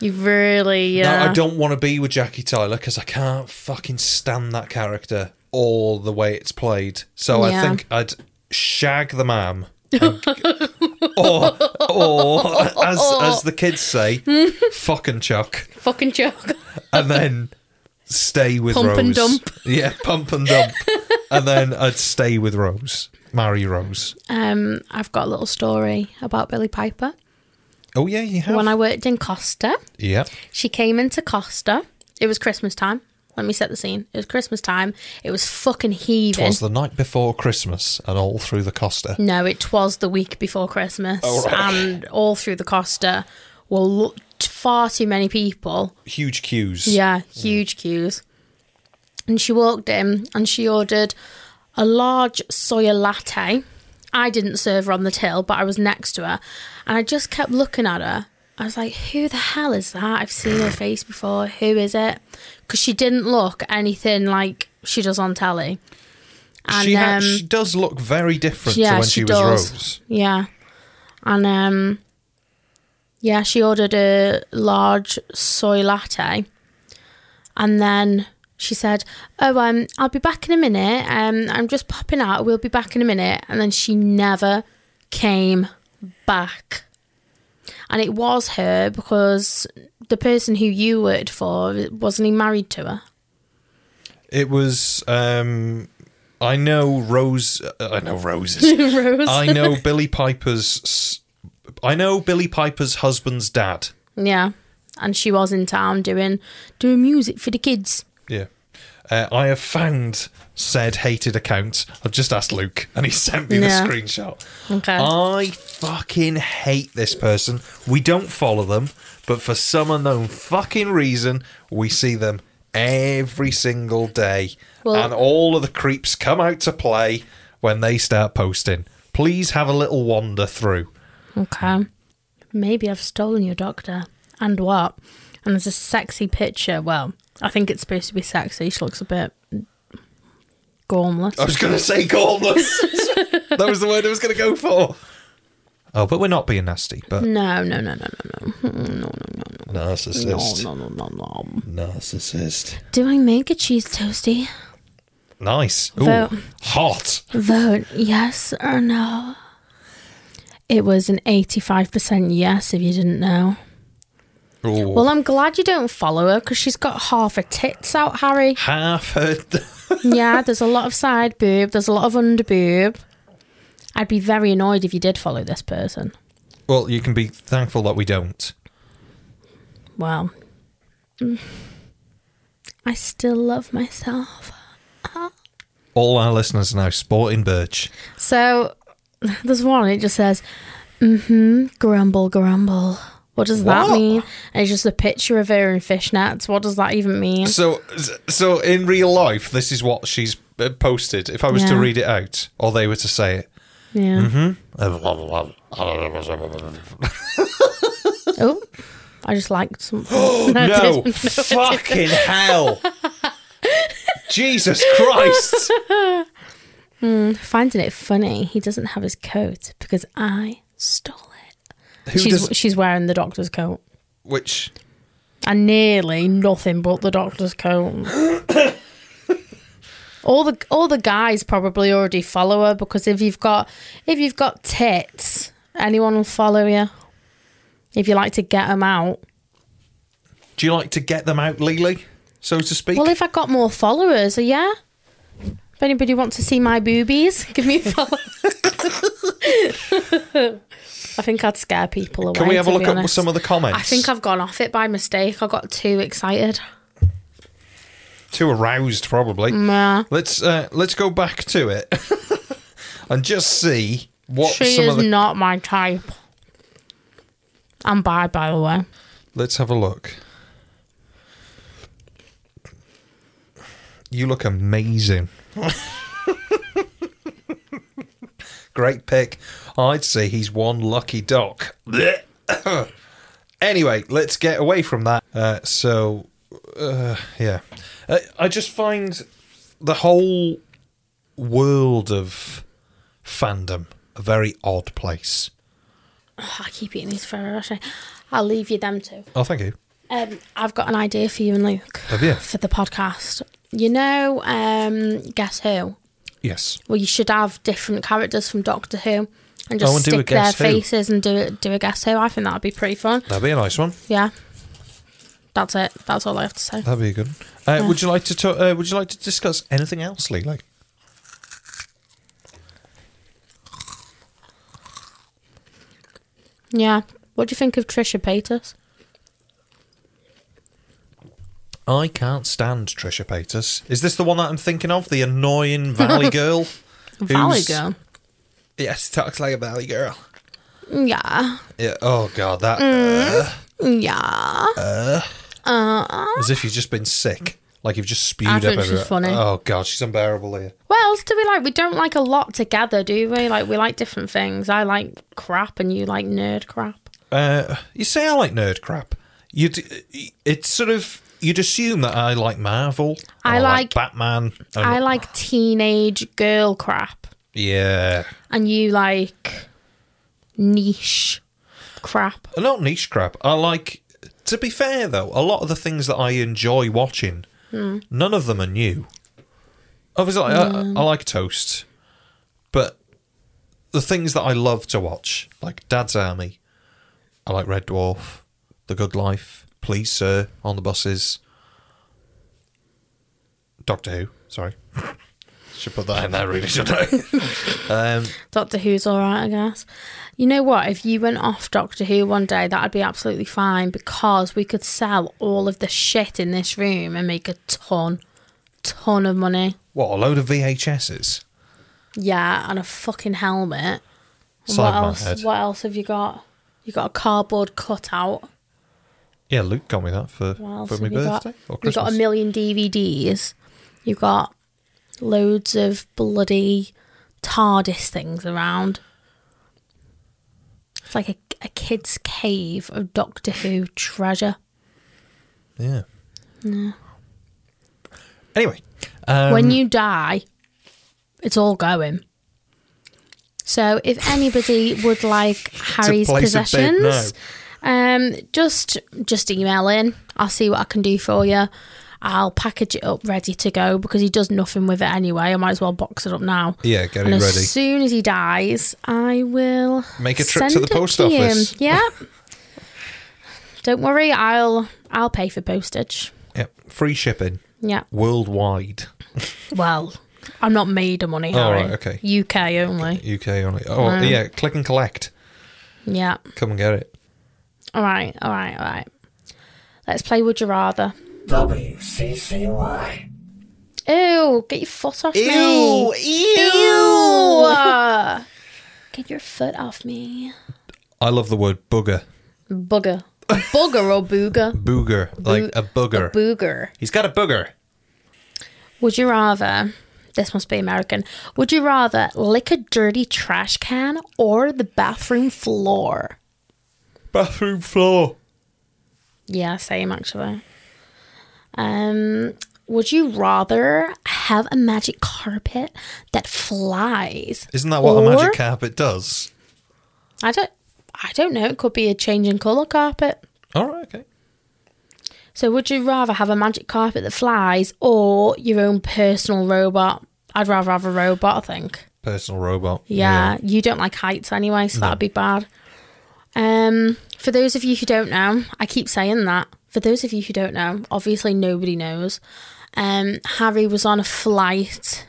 [SPEAKER 2] you've really uh,
[SPEAKER 1] No,
[SPEAKER 2] yeah.
[SPEAKER 1] I don't want to be with Jackie Tyler because I can't fucking stand that character all the way it's played. So I
[SPEAKER 2] Yeah.
[SPEAKER 1] think I'd shag the mam. and- [laughs] or, or as, as the kids
[SPEAKER 2] [laughs]
[SPEAKER 1] say, fucking chuck.
[SPEAKER 2] Fucking joke.
[SPEAKER 1] And then stay with
[SPEAKER 2] Pump
[SPEAKER 1] Rose.
[SPEAKER 2] and dump.
[SPEAKER 1] Yeah, pump and dump. and then I'd stay with Rose. Marry Rose.
[SPEAKER 2] Um, I've got a little story about Billy Piper.
[SPEAKER 1] Oh, yeah, you have.
[SPEAKER 2] When I worked in Costa,
[SPEAKER 1] yeah.
[SPEAKER 2] She came into Costa. It was Christmas time. Let me set the scene. It was Christmas time. It was fucking heaving.
[SPEAKER 1] was the night before Christmas and all through the Costa.
[SPEAKER 2] no, it was the week before Christmas, and all through the Costa were lo- far too many people.
[SPEAKER 1] Huge queues.
[SPEAKER 2] Yeah, huge queues. And she walked in and she ordered a large soya latte. I didn't serve her on the till, but I was next to her. And I just kept looking at her. I was like, who the hell is that? I've seen her face before. Who is it? Because she didn't look anything like she does on telly. And
[SPEAKER 1] she, ha-
[SPEAKER 2] um,
[SPEAKER 1] she does look very different
[SPEAKER 2] yeah,
[SPEAKER 1] to when
[SPEAKER 2] she
[SPEAKER 1] she, was
[SPEAKER 2] does.
[SPEAKER 1] Rose.
[SPEAKER 2] yeah. And um yeah, she ordered a large soy latte. And then she said, "Oh, um I'll be back in a minute. Um I'm just popping out. We'll be back in a minute." And then she never came back. And it was her because the person who you worked for wasn't he married to her?
[SPEAKER 1] It was. Um, I know Rose. uh, I know roses.
[SPEAKER 2] [laughs] Rose.
[SPEAKER 1] I know Billy Piper's. s- I know Billy Piper's husband's dad.
[SPEAKER 2] yeah. And she was in town doing doing music for the kids.
[SPEAKER 1] Yeah. Uh, I have found said hated account. I've just asked Luke, and he sent me
[SPEAKER 2] Yeah.
[SPEAKER 1] the screenshot.
[SPEAKER 2] Okay.
[SPEAKER 1] I fucking hate this person. We don't follow them, but for some unknown fucking reason, we see them every single day.
[SPEAKER 2] Well-
[SPEAKER 1] and all of the creeps come out to play when they start posting. Please have a little wander through.
[SPEAKER 2] Okay. Maybe I've stolen your doctor. And what? And there's a sexy picture. Well, I think it's supposed to be sexy. She looks a bit gormless.
[SPEAKER 1] I was going to say gormless. [laughs] that was the word I was going to go for. Oh, but we're not being nasty, but
[SPEAKER 2] No, no, no, no, no, no.
[SPEAKER 1] narcissist.
[SPEAKER 2] No, no, no, no, no.
[SPEAKER 1] Narcissist.
[SPEAKER 2] Do I make a cheese toasty?
[SPEAKER 1] Nice. Ooh,
[SPEAKER 2] Vote.
[SPEAKER 1] hot.
[SPEAKER 2] Vote yes or no. It was an 85% yes if you didn't know.
[SPEAKER 1] Ooh.
[SPEAKER 2] Well, I'm glad you don't follow her because she's got half her tits out, Harry.
[SPEAKER 1] Half a.
[SPEAKER 2] yeah, there's a lot of side boob, there's a lot of under boob. I'd be very annoyed if you did follow this person.
[SPEAKER 1] Well, you can be thankful that we don't.
[SPEAKER 2] Well, mm, I still love myself.
[SPEAKER 1] All our listeners now sporting birch.
[SPEAKER 2] So there's one, it just says, mm hmm, grumble, grumble. What does that
[SPEAKER 1] What?
[SPEAKER 2] mean? And it's just a picture of her in fishnets. What does that even mean?
[SPEAKER 1] So, so in real life, this is what she's uh, posted. If I was to
[SPEAKER 2] Yeah.
[SPEAKER 1] read it out, or they were to say
[SPEAKER 2] [laughs]
[SPEAKER 1] it.
[SPEAKER 2] Yeah.
[SPEAKER 1] Mm-hmm.
[SPEAKER 2] Oh, I just liked something. no,
[SPEAKER 1] [gasps]
[SPEAKER 2] I
[SPEAKER 1] No,
[SPEAKER 2] didn't. I
[SPEAKER 1] fucking hell! Jesus Christ!
[SPEAKER 2] [laughs] Finding it funny, he doesn't have his coat because I stole it.
[SPEAKER 1] Who
[SPEAKER 2] she's
[SPEAKER 1] does
[SPEAKER 2] she's wearing the doctor's coat
[SPEAKER 1] which? [coughs]
[SPEAKER 2] and nearly nothing but the doctor's coat. All the all the guys probably already follow her because if you've got if you've got tits, anyone will follow you. If you like to get them out.
[SPEAKER 1] Do you like to get them out, Lily, so to speak?
[SPEAKER 2] Well, if I got more followers, uh, yeah. If anybody wants to see my boobies, give me a follow. [laughs] I think I'd scare people away.
[SPEAKER 1] Can we have a
[SPEAKER 2] to
[SPEAKER 1] look
[SPEAKER 2] be
[SPEAKER 1] at
[SPEAKER 2] honest.
[SPEAKER 1] some of the comments?
[SPEAKER 2] I think I've gone off it by mistake. I got too excited.
[SPEAKER 1] too aroused, probably.
[SPEAKER 2] Nah.
[SPEAKER 1] Let's uh, let's go back to it [laughs] and just see what
[SPEAKER 2] She
[SPEAKER 1] some
[SPEAKER 2] is
[SPEAKER 1] of the.
[SPEAKER 2] not my type. I'm bi, by the way.
[SPEAKER 1] let's have a look. You look amazing. [laughs] Great pick. I'd say he's one lucky doc. Blech. anyway, let's get away from that. Uh, so, uh, yeah. Uh, I just find the whole world of fandom a very odd place.
[SPEAKER 2] Oh, I keep eating these Ferrero Rocher. I'll leave you them two.
[SPEAKER 1] Oh, thank you.
[SPEAKER 2] Um, I've got an idea for you and Luke.
[SPEAKER 1] Have you?
[SPEAKER 2] For the podcast. You know, um, Guess Who?
[SPEAKER 1] Yes.
[SPEAKER 2] Well, you should have different characters from Doctor Who and just
[SPEAKER 1] Oh, and do a
[SPEAKER 2] stick their
[SPEAKER 1] Guess Who.
[SPEAKER 2] faces and do it. Do a Guess Who. I think that'd be pretty fun.
[SPEAKER 1] That'd be a nice one.
[SPEAKER 2] Yeah. That's it. That's all I have to say.
[SPEAKER 1] That'd be a good. one. Uh, Would you like to talk, uh, Would you like to discuss anything else, Lee? Like,
[SPEAKER 2] Yeah. What do you think of Trisha Paytas?
[SPEAKER 1] I can't stand Trisha Paytas. Is this the one that I'm thinking of? The annoying Valley [laughs] girl.
[SPEAKER 2] Valley
[SPEAKER 1] Who's-
[SPEAKER 2] Girl.
[SPEAKER 1] Yes, talks like a Valley girl.
[SPEAKER 2] Yeah.
[SPEAKER 1] Yeah. Oh God, that
[SPEAKER 2] Mm.
[SPEAKER 1] uh,
[SPEAKER 2] Yeah.
[SPEAKER 1] as if you've just been sick, like you've just spewed
[SPEAKER 2] I
[SPEAKER 1] up
[SPEAKER 2] think she's
[SPEAKER 1] everywhere.
[SPEAKER 2] funny.
[SPEAKER 1] Oh God, she's unbearable here.
[SPEAKER 2] What else do we like? We don't like a lot together, do we? Like we like different things. I like crap, and you like nerd crap.
[SPEAKER 1] Uh, you say I like nerd crap. You'd. It's sort of. You'd assume that I like Marvel. and
[SPEAKER 2] I like-
[SPEAKER 1] Batman. Um, and-
[SPEAKER 2] I like teenage girl crap,
[SPEAKER 1] Yeah.
[SPEAKER 2] and you like niche crap.
[SPEAKER 1] not niche crap. I like. To be fair, though, a lot of the things that I enjoy watching,
[SPEAKER 2] Hmm.
[SPEAKER 1] none of them are new. Obviously, I, I like Toast, but the things that I love to watch, like Dad's Army, I like Red Dwarf, The Good Life, Please Sir, on the buses, Doctor Who. Sorry, [laughs] should put that in there, really, should
[SPEAKER 2] [laughs]
[SPEAKER 1] I? um,
[SPEAKER 2] Doctor Who's all right, I guess. You know what? If you went off Doctor Who one day, that'd be absolutely fine because we could sell all of the shit in this room and make a ton, ton of money.
[SPEAKER 1] what a load of VHSs.
[SPEAKER 2] Yeah, and a fucking helmet. And
[SPEAKER 1] Side
[SPEAKER 2] what
[SPEAKER 1] of my
[SPEAKER 2] else?
[SPEAKER 1] head.
[SPEAKER 2] What else have you got? You got a cardboard cutout.
[SPEAKER 1] Yeah, Luke got me that for,
[SPEAKER 2] What else
[SPEAKER 1] for
[SPEAKER 2] have
[SPEAKER 1] my
[SPEAKER 2] you got?
[SPEAKER 1] birthday or
[SPEAKER 2] You
[SPEAKER 1] Christmas.
[SPEAKER 2] got a million DVDs. You got loads of bloody TARDIS things around. It's like a, a kid's cave of Doctor Who treasure.
[SPEAKER 1] yeah. Anyway, um,
[SPEAKER 2] when you die, it's all going. So if anybody would like Harry's
[SPEAKER 1] place a bid
[SPEAKER 2] possessions, um, just just email in. I'll see what I can do for you. I'll package it up ready to go because he does nothing with it anyway. I might as well box it up now.
[SPEAKER 1] Yeah, get
[SPEAKER 2] and
[SPEAKER 1] it
[SPEAKER 2] as
[SPEAKER 1] ready.
[SPEAKER 2] soon as he dies, I will
[SPEAKER 1] Make a trip to
[SPEAKER 2] send
[SPEAKER 1] the
[SPEAKER 2] it
[SPEAKER 1] post
[SPEAKER 2] you.
[SPEAKER 1] office.
[SPEAKER 2] Yeah. Don't worry, I'll I'll pay for postage.
[SPEAKER 1] yeah, free shipping
[SPEAKER 2] Yeah.
[SPEAKER 1] worldwide,
[SPEAKER 2] Well, I'm not made of money,
[SPEAKER 1] Oh,
[SPEAKER 2] Harry.
[SPEAKER 1] right, okay.
[SPEAKER 2] UK only.
[SPEAKER 1] UK only. Oh yeah, click and collect.
[SPEAKER 2] Yeah.
[SPEAKER 1] Come and get it.
[SPEAKER 2] All right. All right. All right. Let's play Would You Rather.
[SPEAKER 4] WCCY.
[SPEAKER 2] Ew! Get your foot off me.
[SPEAKER 1] Ew,
[SPEAKER 2] Ew! get your foot off me.
[SPEAKER 1] I love the word booger,
[SPEAKER 2] Booger. Booger or booger?
[SPEAKER 1] booger, like a booger.
[SPEAKER 2] Booger.
[SPEAKER 1] He's got a booger.
[SPEAKER 2] Would you rather? This must be American. Would you rather lick a dirty trash can or the bathroom floor?
[SPEAKER 1] Bathroom floor.
[SPEAKER 2] Yeah, same actually. Um, would you rather have a magic carpet that flies?
[SPEAKER 1] Isn't that what a
[SPEAKER 2] Or-
[SPEAKER 1] magic carpet does?
[SPEAKER 2] I don't. I don't know. It could be a change in color carpet.
[SPEAKER 1] All right, okay.
[SPEAKER 2] So, would you rather have a magic carpet that flies or your own personal robot? I'd rather have a robot, I think.
[SPEAKER 1] Personal robot.
[SPEAKER 2] Yeah, you don't like heights anyway, so that'd be bad. Um, for those of you who don't know, I keep saying that. For those of you who don't know, obviously nobody knows. Um, Harry was on a flight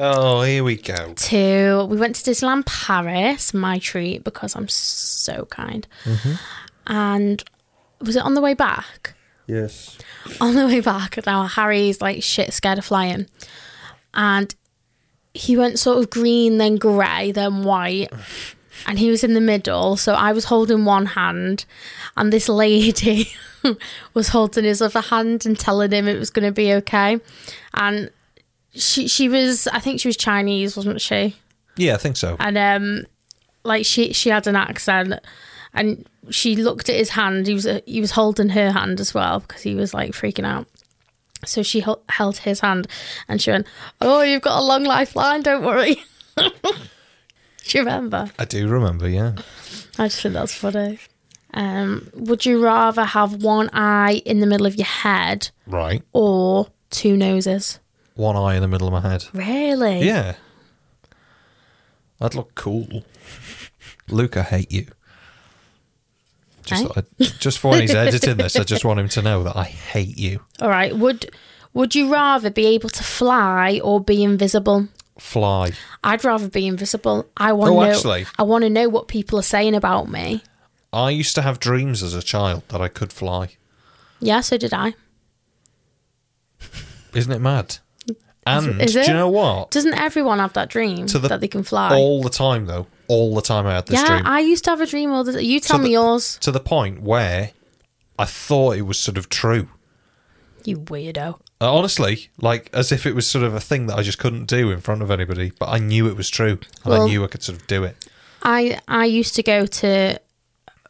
[SPEAKER 1] Oh, here we go.
[SPEAKER 2] to we went to Disneyland Paris, my treat because I'm so kind. And was it on the way back?
[SPEAKER 3] Yes.
[SPEAKER 2] [laughs] on the way back now harry's like shit scared of flying and he went sort of green then grey then white and he was in the middle so i was holding one hand and this lady [laughs] was holding his other hand and telling him it was going to be okay and she she was i think she was chinese wasn't she
[SPEAKER 1] Yeah, I think so.
[SPEAKER 2] and um like she she had an accent and she looked at his hand he was uh, he was holding her hand as well because he was like freaking out so she hel- held his hand and she went oh you've got a long lifeline don't worry [laughs] do you remember
[SPEAKER 1] I do remember, yeah.
[SPEAKER 2] i just think that's funny um would you rather have one eye in the middle of your head
[SPEAKER 1] Right.
[SPEAKER 2] or two noses
[SPEAKER 1] One eye in the middle of my head.
[SPEAKER 2] really
[SPEAKER 1] Yeah. I'd look cool. Luke, I hate you. Just,
[SPEAKER 2] Eh?
[SPEAKER 1] thought I'd- just for when
[SPEAKER 2] [laughs]
[SPEAKER 1] he's editing this, I just want him to know that I hate you.
[SPEAKER 2] all right would would you rather be able to fly or be invisible
[SPEAKER 1] Fly.
[SPEAKER 2] I'd rather be invisible. I want to
[SPEAKER 1] Oh,
[SPEAKER 2] know.
[SPEAKER 1] actually.
[SPEAKER 2] I want to know what people are saying about me.
[SPEAKER 1] I used to have dreams as a child that I could fly.
[SPEAKER 2] Yeah, so did I.
[SPEAKER 1] Isn't it mad? And
[SPEAKER 2] is
[SPEAKER 1] do
[SPEAKER 2] it?
[SPEAKER 1] you know what?
[SPEAKER 2] Doesn't everyone have that dream
[SPEAKER 1] To the-
[SPEAKER 2] that they can fly?
[SPEAKER 1] All the time, though. All the time I had this
[SPEAKER 2] yeah,
[SPEAKER 1] dream.
[SPEAKER 2] I used to have a dream all the You tell
[SPEAKER 1] the-
[SPEAKER 2] me yours.
[SPEAKER 1] to the point where I thought it was sort of true.
[SPEAKER 2] You weirdo.
[SPEAKER 1] Uh, Honestly, like as if it was sort of a thing that I just couldn't do in front of anybody, but I knew it was true and I
[SPEAKER 2] Well-
[SPEAKER 1] knew I could sort of do it.
[SPEAKER 2] I I used to go to.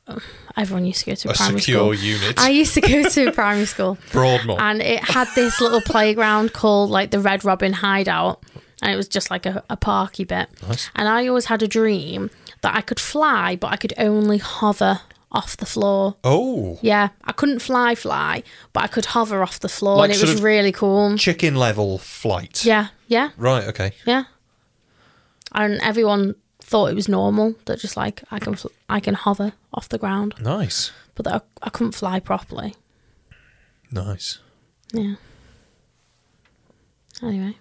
[SPEAKER 2] [sighs] Everyone used to go to
[SPEAKER 1] A
[SPEAKER 2] primary
[SPEAKER 1] secure
[SPEAKER 2] school.
[SPEAKER 1] unit.
[SPEAKER 2] I used to go to [laughs] primary school.
[SPEAKER 1] Broadmoor.
[SPEAKER 2] and it had this little playground called like the Red Robin Hideout, and it was just like a, a parky bit. And I always had a dream that I could fly, but I could only hover off the floor.
[SPEAKER 1] oh,
[SPEAKER 2] Yeah, I couldn't fly, fly, but I could hover off the floor,
[SPEAKER 1] Like
[SPEAKER 2] and it
[SPEAKER 1] sort
[SPEAKER 2] was
[SPEAKER 1] of-
[SPEAKER 2] really cool.
[SPEAKER 1] chicken level flight.
[SPEAKER 2] Yeah, yeah,
[SPEAKER 1] Right. Okay.
[SPEAKER 2] yeah. And everyone thought it was normal that just like I can fl- I can hover off the ground,
[SPEAKER 1] Nice.
[SPEAKER 2] but that I, I couldn't fly properly.
[SPEAKER 1] Nice.
[SPEAKER 2] Yeah. Anyway.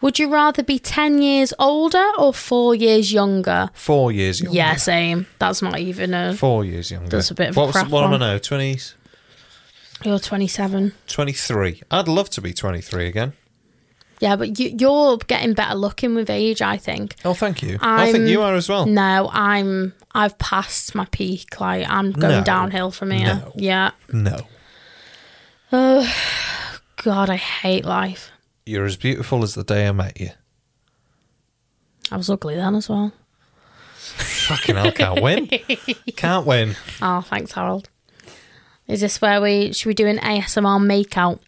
[SPEAKER 2] Would you rather be 10 years older or 4 years younger?
[SPEAKER 1] Four years younger.
[SPEAKER 2] Yeah, same. That's not even a.
[SPEAKER 1] Four years younger.
[SPEAKER 2] That's a bit of a
[SPEAKER 1] what was
[SPEAKER 2] crap
[SPEAKER 1] what am I
[SPEAKER 2] one.
[SPEAKER 1] now? 20,
[SPEAKER 2] You're 27.
[SPEAKER 1] 23. I'd love to be 23 again.
[SPEAKER 2] Yeah, but you, you're getting better looking with age, I think.
[SPEAKER 1] Oh, thank you. i think
[SPEAKER 2] I'm-
[SPEAKER 1] you are as well.
[SPEAKER 2] No, I'm. I've passed my peak. Like, I'm going
[SPEAKER 1] No.
[SPEAKER 2] downhill from here.
[SPEAKER 1] No.
[SPEAKER 2] Yeah.
[SPEAKER 1] No.
[SPEAKER 2] God, I hate life.
[SPEAKER 1] You're as beautiful as the day I met you.
[SPEAKER 2] I was ugly then as well.
[SPEAKER 1] Fucking hell, can't
[SPEAKER 2] [laughs]
[SPEAKER 1] win. Can't win.
[SPEAKER 2] Oh, thanks, Harold. Is this where we. Should we do an ASMR makeout?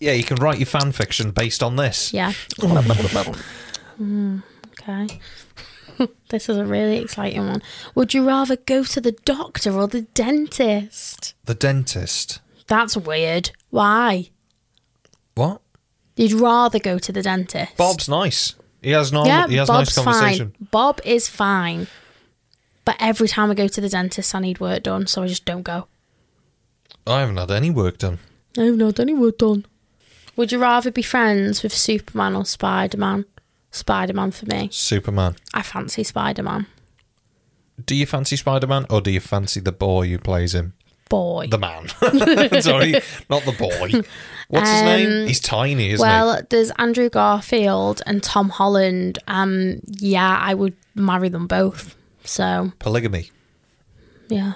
[SPEAKER 1] Yeah, you can write your fan fiction based on this.
[SPEAKER 2] Yeah. Okay. [laughs] this is a really exciting one. Would you rather go to the doctor or the dentist?
[SPEAKER 1] The dentist.
[SPEAKER 2] That's weird. Why?
[SPEAKER 1] What?
[SPEAKER 2] You'd rather go to the dentist.
[SPEAKER 1] Bob's nice. He has normal.
[SPEAKER 2] yeah,
[SPEAKER 1] he has
[SPEAKER 2] Bob's
[SPEAKER 1] nice conversation.
[SPEAKER 2] fine. Bob is fine. But every time I go to the dentist, I need work done, so I just don't go.
[SPEAKER 1] I haven't had any work done.
[SPEAKER 2] I've not had any work done. Would you rather be friends with Superman or Spider Man? Spider Man for me.
[SPEAKER 1] Superman.
[SPEAKER 2] I fancy Spider Man.
[SPEAKER 1] Do you fancy Spider Man or do you fancy the boy who plays him?
[SPEAKER 2] Boy.
[SPEAKER 1] The man. [laughs] Sorry, not the boy. What's his name? He's tiny, isn't
[SPEAKER 2] Um, well, there's Andrew Garfield and Tom Holland. Um, yeah, I would marry them both. So
[SPEAKER 1] he? Polygamy.
[SPEAKER 2] yeah.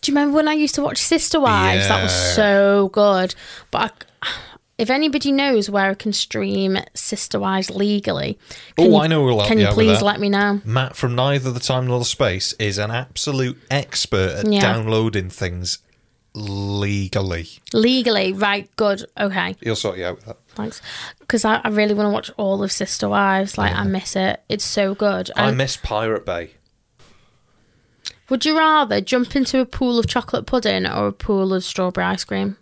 [SPEAKER 2] Do you remember when I used to watch Sister Wives? That was
[SPEAKER 1] Yeah.
[SPEAKER 2] so good. But I, if anybody knows where I can stream Sister Wives legally,
[SPEAKER 1] Oh,
[SPEAKER 2] can you,
[SPEAKER 1] I know who'll help
[SPEAKER 2] Can
[SPEAKER 1] you
[SPEAKER 2] you
[SPEAKER 1] out with
[SPEAKER 2] please
[SPEAKER 1] that.
[SPEAKER 2] let me know?
[SPEAKER 1] Matt from neither the time nor the space is an absolute expert at
[SPEAKER 2] Yeah.
[SPEAKER 1] downloading things legally.
[SPEAKER 2] Legally, right? Good. Okay.
[SPEAKER 1] He'll sort you out with that.
[SPEAKER 2] Thanks. Because I, I really want to watch all of Sister Um, Wives. Like I miss it. It's so good.
[SPEAKER 1] I
[SPEAKER 2] And-
[SPEAKER 1] miss Pirate Bay.
[SPEAKER 2] Would you rather jump into a pool of chocolate pudding or a pool of strawberry ice cream?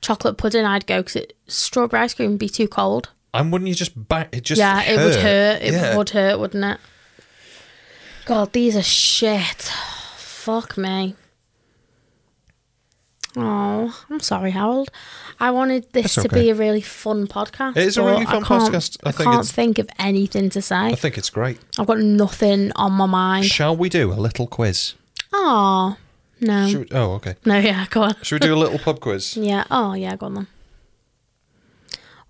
[SPEAKER 2] Chocolate pudding, I'd go because strawberry ice cream would be too cold.
[SPEAKER 1] And wouldn't you just back? It just
[SPEAKER 2] yeah, it would hurt. It
[SPEAKER 1] Yeah.
[SPEAKER 2] would hurt, wouldn't it? God, these are shit. Fuck me. Oh, I'm sorry, Harold. I wanted this
[SPEAKER 1] That's
[SPEAKER 2] to be
[SPEAKER 1] okay.
[SPEAKER 2] a really fun podcast.
[SPEAKER 1] It is a
[SPEAKER 2] but
[SPEAKER 1] really
[SPEAKER 2] I
[SPEAKER 1] fun
[SPEAKER 2] can't-
[SPEAKER 1] podcast. I
[SPEAKER 2] I,
[SPEAKER 1] think
[SPEAKER 2] can't
[SPEAKER 1] it's-
[SPEAKER 2] think of anything to say.
[SPEAKER 1] I think it's great.
[SPEAKER 2] I've got nothing on my mind.
[SPEAKER 1] Shall we do a little quiz?
[SPEAKER 2] Oh, no.
[SPEAKER 1] Should we, oh, okay.
[SPEAKER 2] No, yeah, go on.
[SPEAKER 1] Should
[SPEAKER 2] [laughs]
[SPEAKER 1] we do a little pub quiz?
[SPEAKER 2] Yeah, oh, yeah, go on then.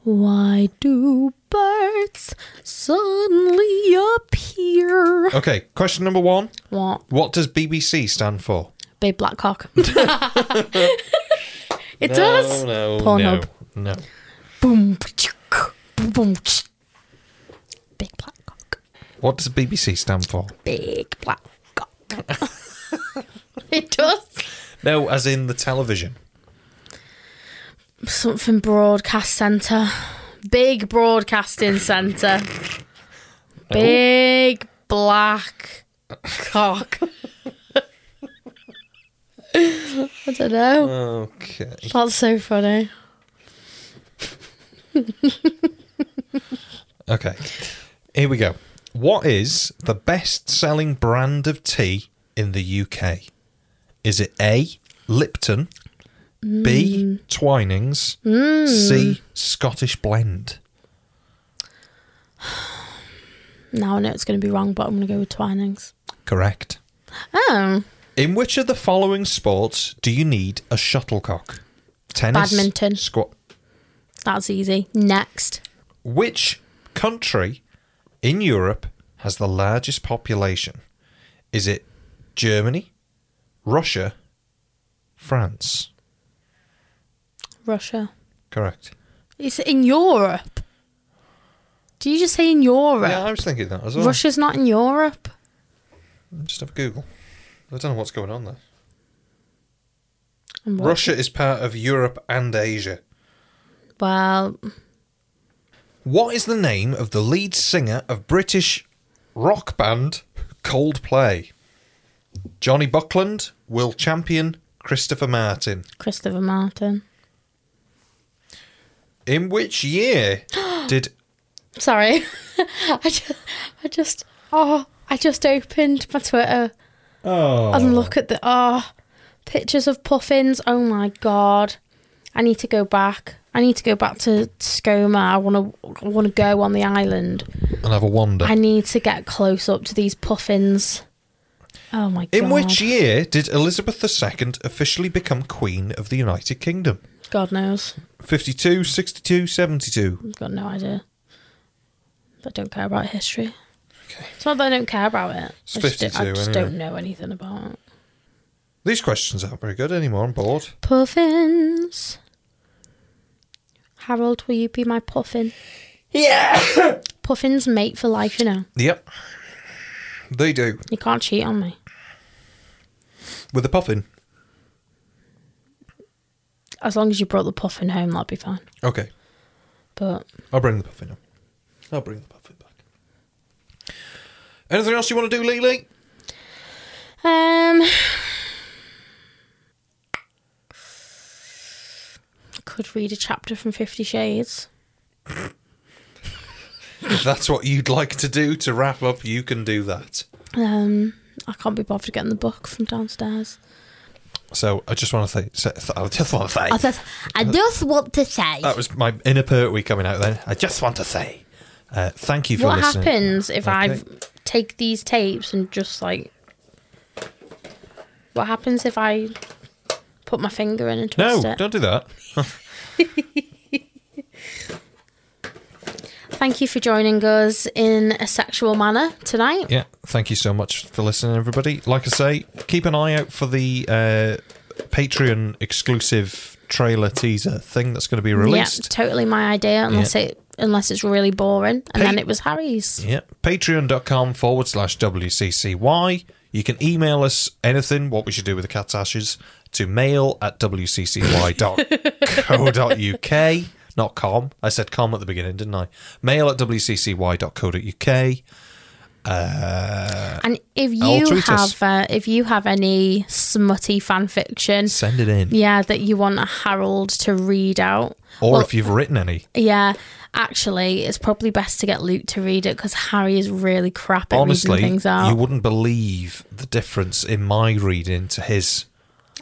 [SPEAKER 2] Why do birds suddenly appear?
[SPEAKER 1] Okay, question number one.
[SPEAKER 2] What?
[SPEAKER 1] What does BBC stand for?
[SPEAKER 2] Big black cock. [laughs] it does.
[SPEAKER 1] no,
[SPEAKER 2] Pornhub.
[SPEAKER 1] no, no.
[SPEAKER 2] Boom, ka-chuk, boom, boom. ch- Big black cock.
[SPEAKER 1] What does BBC stand for?
[SPEAKER 2] Big black cock. it does.
[SPEAKER 1] No, as in the television.
[SPEAKER 2] Something broadcast centre. Big broadcasting centre. Big black cock. I don't know.
[SPEAKER 1] Okay.
[SPEAKER 2] That's so funny.
[SPEAKER 1] Okay. Here we go. What is the best selling brand of tea in the UK? Is it A, Lipton, B, Twinings, C, Scottish Blend?
[SPEAKER 2] Now I know it's going to be wrong, but I'm going to go with Twinings.
[SPEAKER 1] Correct.
[SPEAKER 2] Oh.
[SPEAKER 1] In which of the following sports do you need a shuttlecock? Tennis,
[SPEAKER 2] Badminton.
[SPEAKER 1] Squat.
[SPEAKER 2] That's easy. Next.
[SPEAKER 1] Which country in Europe has the largest population? Is it Germany, Russia, France?
[SPEAKER 2] Russia.
[SPEAKER 1] Correct.
[SPEAKER 2] It's in Europe. Do you just say in Europe?
[SPEAKER 1] Yeah, I was thinking that as well.
[SPEAKER 2] Russia's not in Europe.
[SPEAKER 1] Just have a Google. I don't know what's going on there.
[SPEAKER 2] And what-
[SPEAKER 1] Russia is part of Europe and Asia.
[SPEAKER 2] Well,
[SPEAKER 1] What is the name of the lead singer of British rock band Coldplay? Johnny Buckland, Will Champion, Christopher Martin.
[SPEAKER 2] Christopher Martin.
[SPEAKER 1] In which
[SPEAKER 2] [gasps]
[SPEAKER 1] year did
[SPEAKER 2] Sorry. [laughs] I just, I just, oh, I just opened my Twitter
[SPEAKER 1] Oh,
[SPEAKER 2] and look at the, oh, pictures of puffins. Oh my God. I need to go back. I need to go back to Skoma. I want to, I want to go on the island.
[SPEAKER 1] and have a wander.
[SPEAKER 2] I need to get close up to these puffins. Oh my God.
[SPEAKER 1] In which year did Elizabeth II officially become Queen of the United Kingdom?
[SPEAKER 2] God knows.
[SPEAKER 1] 52, 62, 72.
[SPEAKER 2] I've got no idea. I don't care about history.
[SPEAKER 1] Okay.
[SPEAKER 2] It's not that I don't care about it.
[SPEAKER 1] It's
[SPEAKER 2] I just, don't, I
[SPEAKER 1] 52
[SPEAKER 2] just
[SPEAKER 1] anyway.
[SPEAKER 2] don't know anything about it.
[SPEAKER 1] These questions aren't very good anymore. I'm bored.
[SPEAKER 2] Puffins. Harold, will you be my puffin?
[SPEAKER 1] Yeah.
[SPEAKER 2] Puffins mate for life, you know.
[SPEAKER 1] Yep. They do.
[SPEAKER 2] You can't cheat on me.
[SPEAKER 1] With a puffin.
[SPEAKER 2] As long as you brought the puffin home, that'd be fine.
[SPEAKER 1] Okay.
[SPEAKER 2] But
[SPEAKER 1] I'll bring the puffin up. I'll bring the puffin back. Anything else you want to do, Lily?
[SPEAKER 2] um, could read a chapter from Fifty Shades.
[SPEAKER 1] If that's what you'd like to do to wrap up, you can do that.
[SPEAKER 2] Um, I can't be bothered getting the book from downstairs.
[SPEAKER 1] So I just want to say, say- I just want to say,
[SPEAKER 2] I just, Oh, I just want to say.
[SPEAKER 1] that was my inner Pertwee coming out then. I just want to say, uh, thank you for
[SPEAKER 2] what
[SPEAKER 1] listening.
[SPEAKER 2] happens if I
[SPEAKER 1] Okay.
[SPEAKER 2] take these tapes and just like what happens if I put my finger in and
[SPEAKER 1] No,
[SPEAKER 2] twist it?
[SPEAKER 1] don't do that.
[SPEAKER 2] Thank you for joining us in a sexual manner tonight.
[SPEAKER 1] Yeah, thank you so much for listening, everybody. Like I say, keep an eye out for the uh, Patreon exclusive trailer teaser thing that's going to be
[SPEAKER 2] Yeah,
[SPEAKER 1] released.
[SPEAKER 2] totally my idea unless
[SPEAKER 1] Yeah.
[SPEAKER 2] it unless it's really boring. And then
[SPEAKER 1] Hey.
[SPEAKER 2] it was Harry's.
[SPEAKER 1] Yeah, patreon.com forward slash WCCY. You can email us anything, what we should do with the cat's ashes, to mail at wccy.co.uk. [laughs] Not com. I said com at the beginning, didn't I? Mail at wccy.co.uk. Uh,
[SPEAKER 2] And if
[SPEAKER 1] I'll
[SPEAKER 2] you
[SPEAKER 1] tweet us.
[SPEAKER 2] have uh, if you have any smutty fan fiction,
[SPEAKER 1] send it in.
[SPEAKER 2] yeah, that you want Harold to read out,
[SPEAKER 1] Or
[SPEAKER 2] well-
[SPEAKER 1] if you've written any.
[SPEAKER 2] yeah, actually, it's probably best to get Luke to read it because Harry is really crap at
[SPEAKER 1] Honestly,
[SPEAKER 2] reading things out.
[SPEAKER 1] you wouldn't believe the difference in my reading to his.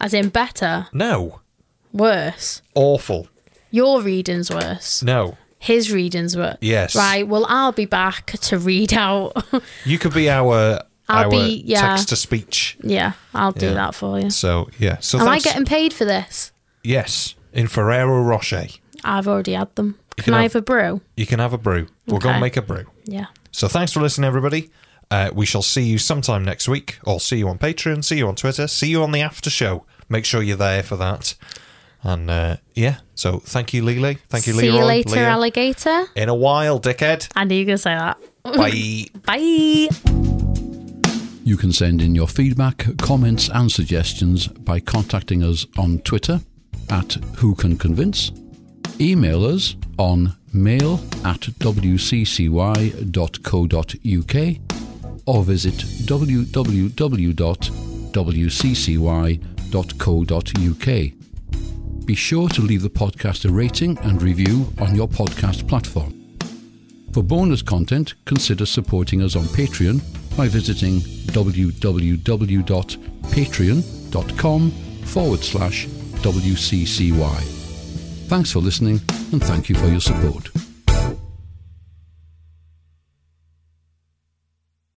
[SPEAKER 2] As in, better,
[SPEAKER 1] No.
[SPEAKER 2] worse.
[SPEAKER 1] Awful.
[SPEAKER 2] Your reading's worse.
[SPEAKER 1] No.
[SPEAKER 2] His reading's worse.
[SPEAKER 1] Yes.
[SPEAKER 2] Right. Well, I'll be back to read out. [laughs]
[SPEAKER 1] You could be our
[SPEAKER 2] I'll
[SPEAKER 1] our
[SPEAKER 2] be- yeah.
[SPEAKER 1] text to speech.
[SPEAKER 2] yeah, I'll do
[SPEAKER 1] Yeah.
[SPEAKER 2] that for you.
[SPEAKER 1] So yeah. So
[SPEAKER 2] Am I
[SPEAKER 1] thanks.
[SPEAKER 2] getting paid for this?
[SPEAKER 1] yes in Ferrero Rocher.
[SPEAKER 2] I've already had them. Can,
[SPEAKER 1] can
[SPEAKER 2] I
[SPEAKER 1] have-
[SPEAKER 2] have a brew?
[SPEAKER 1] You can have a brew. We're gonna
[SPEAKER 2] Okay.
[SPEAKER 1] make a brew.
[SPEAKER 2] Yeah.
[SPEAKER 1] So thanks for listening, everybody. Uh, we shall see you sometime next week, or see you on Patreon, see you on Twitter, see you on the after show. Make sure you're there for that. And uh, yeah, so thank you, Lele. Thank you,
[SPEAKER 2] See
[SPEAKER 1] Leroy.
[SPEAKER 2] you later,
[SPEAKER 1] Leo.
[SPEAKER 2] alligator.
[SPEAKER 1] In a while,
[SPEAKER 2] [laughs]
[SPEAKER 1] dickhead.
[SPEAKER 2] I knew you were going to say that.
[SPEAKER 1] Bye.
[SPEAKER 2] Bye.
[SPEAKER 5] You can send in your feedback, comments, and suggestions by contacting us on Twitter at Who Can Convince, email us on mail at wccy.co.uk, or visit www.wccy.co.uk. Be sure to leave the podcast a rating and review on your podcast platform. For bonus content, consider supporting us on Patreon by visiting www.patreon.com forward slash WCCY. Thanks for listening and thank you for your support.